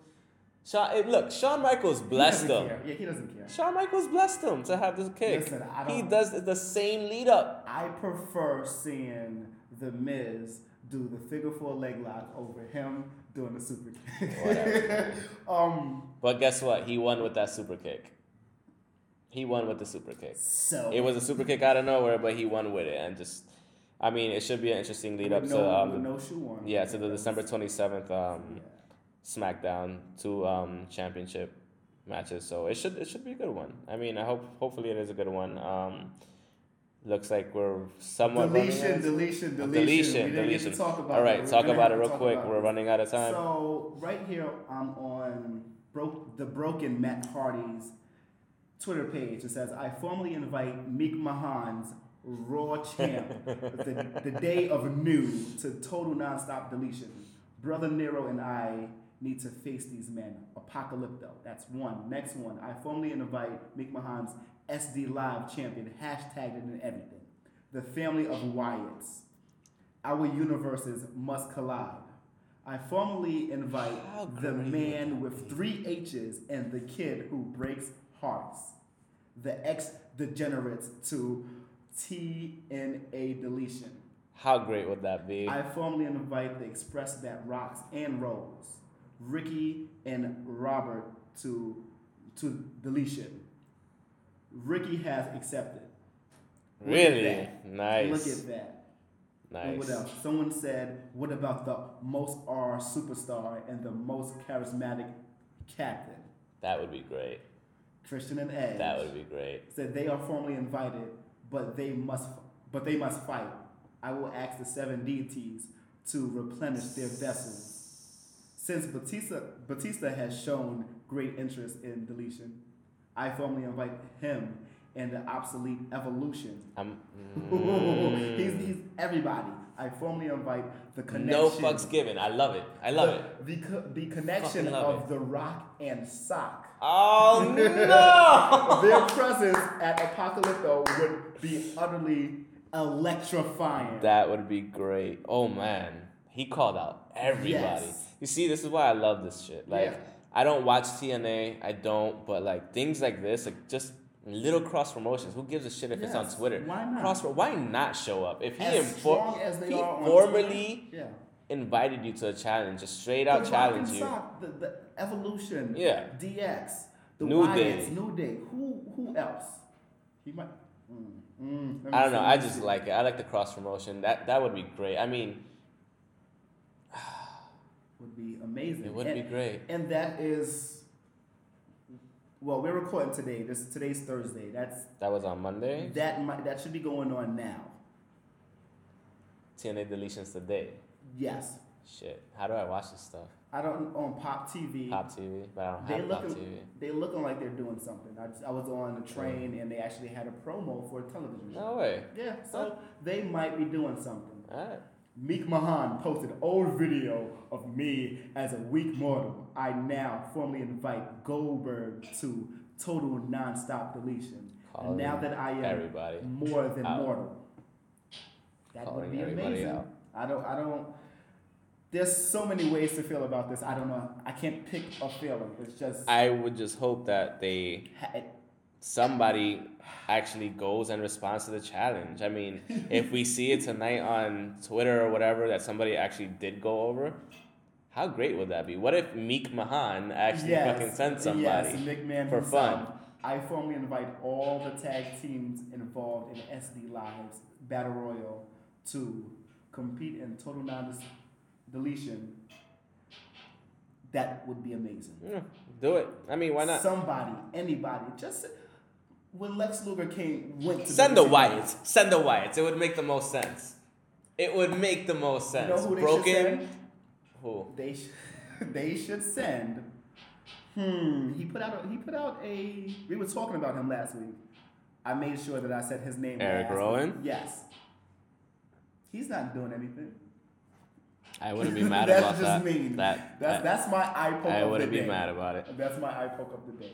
[SPEAKER 2] Shawn, eh, look, Shawn Michaels
[SPEAKER 1] he
[SPEAKER 2] blessed
[SPEAKER 1] doesn't
[SPEAKER 2] him.
[SPEAKER 1] care. Yeah, he doesn't care.
[SPEAKER 2] Shawn Michaels blessed him to have this kick.
[SPEAKER 1] Listen, I
[SPEAKER 2] he
[SPEAKER 1] don't-
[SPEAKER 2] does the same lead up.
[SPEAKER 1] I prefer seeing the Miz do the figure four leg lock over him doing the super
[SPEAKER 2] Whatever.
[SPEAKER 1] kick. <laughs> um,
[SPEAKER 2] But guess what? He won with that super kick. He won with the super kick.
[SPEAKER 1] so
[SPEAKER 2] It was a super kick out of nowhere, but he won with it, and just, I mean, it should be an interesting lead up
[SPEAKER 1] with
[SPEAKER 2] to
[SPEAKER 1] no,
[SPEAKER 2] um,
[SPEAKER 1] with no shoe on.
[SPEAKER 2] yeah to the December twenty seventh
[SPEAKER 1] Yeah.
[SPEAKER 2] um, SmackDown two um, championship matches. So it should it should be a good one. I mean, I hope hopefully it is a good one. Um, looks like we're somewhat running out
[SPEAKER 1] Deletion,
[SPEAKER 2] of-
[SPEAKER 1] deletion, deletion,
[SPEAKER 2] uh,
[SPEAKER 1] We
[SPEAKER 2] deletion,
[SPEAKER 1] didn't get to
[SPEAKER 2] deletion.
[SPEAKER 1] talk about
[SPEAKER 2] All
[SPEAKER 1] it.
[SPEAKER 2] right,
[SPEAKER 1] We're
[SPEAKER 2] talk
[SPEAKER 1] gonna have
[SPEAKER 2] about it
[SPEAKER 1] to
[SPEAKER 2] real
[SPEAKER 1] talk
[SPEAKER 2] quick.
[SPEAKER 1] about
[SPEAKER 2] We're
[SPEAKER 1] it.
[SPEAKER 2] running out of time.
[SPEAKER 1] So right here, I'm on broke the broken Matt Hardy's Twitter page. It says, "I formally invite Meek Mahan's Raw champ the, the day of new to total nonstop deletion. Brother Nero and I need to face these men. Apocalypto. That's one. Next one. I formally invite Meek Mahan's SD Live champion hashtagged in everything. The family of Wyatts. Our universes must collide. I formally invite
[SPEAKER 2] How
[SPEAKER 1] the
[SPEAKER 2] great would
[SPEAKER 1] man
[SPEAKER 2] that
[SPEAKER 1] with three H's and the kid who breaks hearts. The ex degenerates to TNA deletion.
[SPEAKER 2] How great would that be?
[SPEAKER 1] I formally invite the Express that rocks and rolls, Ricky and Robert to to deletion. Ricky has accepted. Look at
[SPEAKER 2] really
[SPEAKER 1] that.
[SPEAKER 2] nice.
[SPEAKER 1] Look at that. And
[SPEAKER 2] Nice.
[SPEAKER 1] what else? Someone said, "What about the most R superstar and the most charismatic captain,
[SPEAKER 2] That would be great.
[SPEAKER 1] Christian and Edge?"
[SPEAKER 2] That would be great.
[SPEAKER 1] said they are formally invited, but they must but they must fight. I will ask the seven deities to replenish their vessels. Since Batista Batista has shown great interest in deletion, I formally invite him and the obsolete evolution. <laughs>
[SPEAKER 2] I'm,
[SPEAKER 1] he's, he's everybody. I formally invite the connection.
[SPEAKER 2] no fucks given. I love it. I love
[SPEAKER 1] <laughs>
[SPEAKER 2] it.
[SPEAKER 1] The, co- the connection
[SPEAKER 2] Fucking love
[SPEAKER 1] of
[SPEAKER 2] it.
[SPEAKER 1] the rock and sock.
[SPEAKER 2] Oh no!
[SPEAKER 1] <laughs> Their presence at Apocalypto would be utterly electrifying.
[SPEAKER 2] That would be great. Oh man, he called out everybody.
[SPEAKER 1] Yes.
[SPEAKER 2] You see, this is why I love this shit. Like,
[SPEAKER 1] Yeah.
[SPEAKER 2] I don't watch TNA. I don't. But like things like this, like just little cross promotions. Who gives a shit if it's on
[SPEAKER 1] Yes,
[SPEAKER 2] Twitter?
[SPEAKER 1] why not?
[SPEAKER 2] Cross. Why not show up if he,
[SPEAKER 1] as
[SPEAKER 2] infor-
[SPEAKER 1] strong as they
[SPEAKER 2] he
[SPEAKER 1] are on
[SPEAKER 2] formally
[SPEAKER 1] Twitter. yeah.
[SPEAKER 2] invited you to a challenge, just straight
[SPEAKER 1] The
[SPEAKER 2] out
[SPEAKER 1] Rock
[SPEAKER 2] challenge
[SPEAKER 1] and
[SPEAKER 2] you.
[SPEAKER 1] Sock, the, the evolution.
[SPEAKER 2] Yeah.
[SPEAKER 1] DX. The
[SPEAKER 2] New
[SPEAKER 1] Wyatts,
[SPEAKER 2] Day.
[SPEAKER 1] New Day. Who who else? He might. Mm, mm, let me
[SPEAKER 2] I don't know.
[SPEAKER 1] see,
[SPEAKER 2] I
[SPEAKER 1] let me
[SPEAKER 2] just
[SPEAKER 1] see.
[SPEAKER 2] like it. I like the cross promotion. That that would be great. I mean,
[SPEAKER 1] Would be amazing.
[SPEAKER 2] it would
[SPEAKER 1] and,
[SPEAKER 2] be great.
[SPEAKER 1] And that is. Well, we're recording today. This today's Thursday. That's
[SPEAKER 2] That was on Monday.
[SPEAKER 1] that might, that should be going on now.
[SPEAKER 2] TNA deletions today.
[SPEAKER 1] Yes.
[SPEAKER 2] Shit. How do I watch this stuff?
[SPEAKER 1] I don't on Pop TV.
[SPEAKER 2] Pop TV, but I don't
[SPEAKER 1] They
[SPEAKER 2] have Pop
[SPEAKER 1] looking,
[SPEAKER 2] TV.
[SPEAKER 1] they looking like they're doing something. I, just- I was on the train and they actually had a promo for a television show.
[SPEAKER 2] No way.
[SPEAKER 1] Yeah, so they might be doing something.
[SPEAKER 2] All right.
[SPEAKER 1] Meek Mahan posted old video of me as a weak mortal. I now formally invite Goldberg to total nonstop deletion.
[SPEAKER 2] Calling
[SPEAKER 1] now that I am
[SPEAKER 2] everybody
[SPEAKER 1] more than
[SPEAKER 2] out.
[SPEAKER 1] mortal, that
[SPEAKER 2] Calling
[SPEAKER 1] would be
[SPEAKER 2] everybody
[SPEAKER 1] amazing.
[SPEAKER 2] out.
[SPEAKER 1] I don't. I don't. There's so many ways to feel about this. I don't know. I can't pick a feeling. It's just
[SPEAKER 2] I would just hope that they
[SPEAKER 1] ha- it-
[SPEAKER 2] somebody actually goes and responds to the challenge. I
[SPEAKER 1] <laughs>
[SPEAKER 2] mean, if we see it tonight on Twitter or whatever that somebody actually did go over, how great would that be? What if Meek Mahan actually
[SPEAKER 1] Yes,
[SPEAKER 2] fucking sent
[SPEAKER 1] yes,
[SPEAKER 2] somebody?
[SPEAKER 1] McMahon
[SPEAKER 2] for
[SPEAKER 1] himself.
[SPEAKER 2] fun.
[SPEAKER 1] I formally invite all the tag teams involved in SD Lives Battle Royal to compete in total non deletion. That would be amazing.
[SPEAKER 2] Yeah, do it. I mean, why not?
[SPEAKER 1] Somebody, anybody, just when Lex Luger came went to
[SPEAKER 2] Send the
[SPEAKER 1] WCW,
[SPEAKER 2] Wyatts. Send the Wyatts. It would make the most sense. It would make the most
[SPEAKER 1] You
[SPEAKER 2] sense.
[SPEAKER 1] know who they should
[SPEAKER 2] Broken.
[SPEAKER 1] send?
[SPEAKER 2] Who?
[SPEAKER 1] They sh- <laughs> they should send. Hmm. He put out. A, he put out a. We were talking about him last week. I made sure that I said his name.
[SPEAKER 2] Eric
[SPEAKER 1] last.
[SPEAKER 2] Rowan?
[SPEAKER 1] Yes. He's not doing anything.
[SPEAKER 2] I
[SPEAKER 1] <laughs>
[SPEAKER 2] wouldn't be mad
[SPEAKER 1] that's
[SPEAKER 2] about
[SPEAKER 1] just
[SPEAKER 2] that.
[SPEAKER 1] mean.
[SPEAKER 2] That,
[SPEAKER 1] that's
[SPEAKER 2] that-
[SPEAKER 1] that's my eye poke.
[SPEAKER 2] I
[SPEAKER 1] of
[SPEAKER 2] wouldn't
[SPEAKER 1] the
[SPEAKER 2] be
[SPEAKER 1] day.
[SPEAKER 2] mad about it.
[SPEAKER 1] That's my eye poke of the day.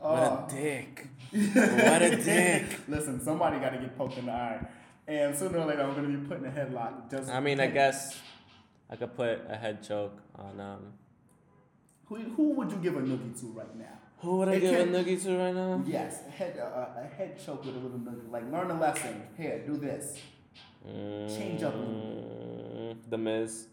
[SPEAKER 1] Uh,
[SPEAKER 2] What a
[SPEAKER 1] <laughs>
[SPEAKER 2] dick. What a dick.
[SPEAKER 1] Listen, somebody got to get poked in the eye, and sooner or later I'm gonna be put in a headlock. Just
[SPEAKER 2] I mean, I guess I could put a head choke on. Um,
[SPEAKER 1] who, who would you give a noogie to right now?
[SPEAKER 2] who would I
[SPEAKER 1] It
[SPEAKER 2] give
[SPEAKER 1] can-
[SPEAKER 2] a noogie to right now?
[SPEAKER 1] Yes, a head uh, a, a head choke with a little noogie. Like learn a lesson. Here, do this. Change up a little
[SPEAKER 2] Mm, The Miz.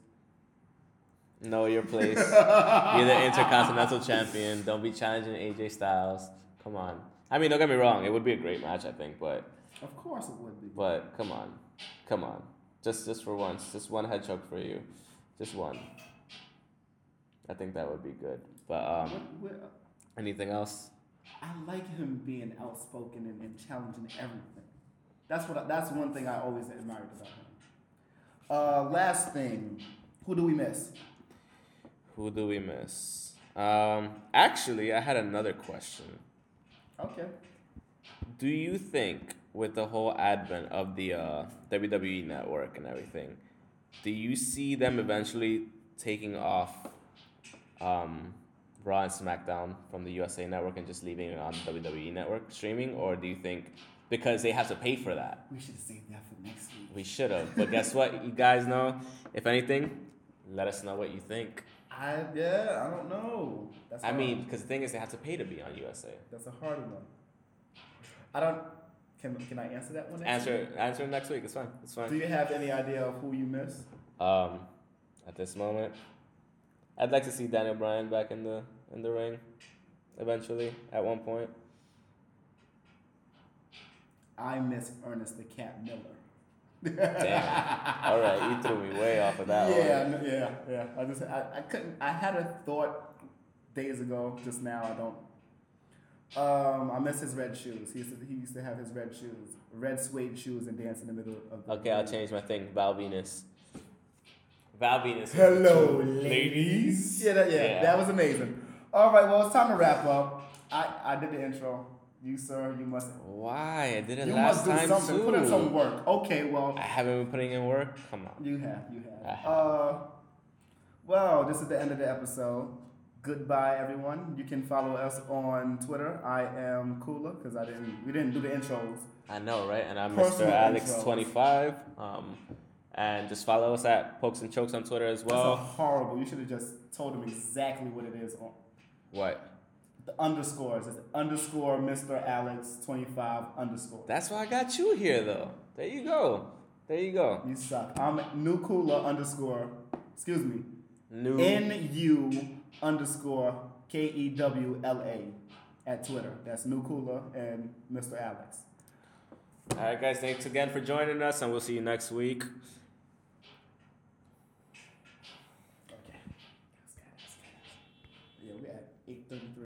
[SPEAKER 2] Know
[SPEAKER 1] <laughs>
[SPEAKER 2] your place. You're the Intercontinental Champion. Don't be challenging AJ Styles. Come on. I mean, don't get me wrong. It would be a great match, I think, but
[SPEAKER 1] Of course it would be.
[SPEAKER 2] but come on, come on. Just just for once, just one head choke for you, just one. I think that would be good. But um,
[SPEAKER 1] What- what-
[SPEAKER 2] anything else?
[SPEAKER 1] I like him being outspoken and, and challenging everything. That's what I, that's one thing I always admired about him. Uh, last thing, who do we miss?
[SPEAKER 2] Who do we miss? Um, actually, I had another question.
[SPEAKER 1] Okay.
[SPEAKER 2] Do you think, with the whole advent of the uh, WWE network and everything, do you see them eventually taking off um, Raw and SmackDown from the USA network and just leaving it on WWE network streaming? Or do you think, because they have to pay for that?
[SPEAKER 1] We should save that for next week.
[SPEAKER 2] We should have. But guess what? You guys know, if anything, let us know what you think.
[SPEAKER 1] I yeah, I don't know. That's
[SPEAKER 2] I
[SPEAKER 1] hard.
[SPEAKER 2] mean, because the thing is, they have to pay to be on USA.
[SPEAKER 1] that's a hard one. I don't. Can can I answer that one? next
[SPEAKER 2] Answer, answer next week. It's fine. It's
[SPEAKER 1] week?
[SPEAKER 2] fine.
[SPEAKER 1] Do you have any idea of who you miss?
[SPEAKER 2] Um, at this moment, I'd like to see Daniel Bryan back in the in the ring, eventually at one point.
[SPEAKER 1] I miss Ernest the Cat Miller.
[SPEAKER 2] Damn. All right, you threw me way off of
[SPEAKER 1] <laughs>
[SPEAKER 2] that
[SPEAKER 1] yeah,
[SPEAKER 2] one.
[SPEAKER 1] I kn- yeah, yeah. I just I, I couldn't. I had a thought days ago. Just now, I don't. Um, I miss his red shoes. He used to, he used to have his red shoes, red suede shoes, and dance in the middle of. The
[SPEAKER 2] Okay, I'll change my thing. Val Venus. Val Venus.
[SPEAKER 1] Hello, ladies. Yeah, that, yeah,
[SPEAKER 2] Yeah.
[SPEAKER 1] that was amazing. All right, well, it's time to wrap up. I I did the intro. You sir, you must.
[SPEAKER 2] Why I did it
[SPEAKER 1] You must
[SPEAKER 2] last
[SPEAKER 1] do
[SPEAKER 2] time
[SPEAKER 1] something.
[SPEAKER 2] too.
[SPEAKER 1] Put in some work. Okay, well,
[SPEAKER 2] I haven't been putting in work. Come on.
[SPEAKER 1] You have, you
[SPEAKER 2] I
[SPEAKER 1] have.
[SPEAKER 2] have.
[SPEAKER 1] Uh, well, this is the end of the episode. Goodbye, everyone. You can follow us on Twitter. I am Kula because I didn't. We didn't do the intros.
[SPEAKER 2] I know, right? And I'm
[SPEAKER 1] Personal
[SPEAKER 2] Mr. Alex
[SPEAKER 1] intros.
[SPEAKER 2] twenty five. Um, and just follow us at Pokes and Chokes on Twitter as
[SPEAKER 1] That's a
[SPEAKER 2] well.
[SPEAKER 1] horrible. You should have just told them exactly what it is. On
[SPEAKER 2] What?
[SPEAKER 1] the underscores. It's underscore Mr. Alex twenty five underscore.
[SPEAKER 2] That's why I got you here, though. There you go. There you go.
[SPEAKER 1] you suck. I'm new Kula underscore. Excuse me.
[SPEAKER 2] New.
[SPEAKER 1] N U underscore K E W L A at Twitter. That's new Kula and Mr. Alex.
[SPEAKER 2] All right, guys. Thanks again for joining us, and we'll see you next week.
[SPEAKER 1] Okay. Yeah, we're at 8.33.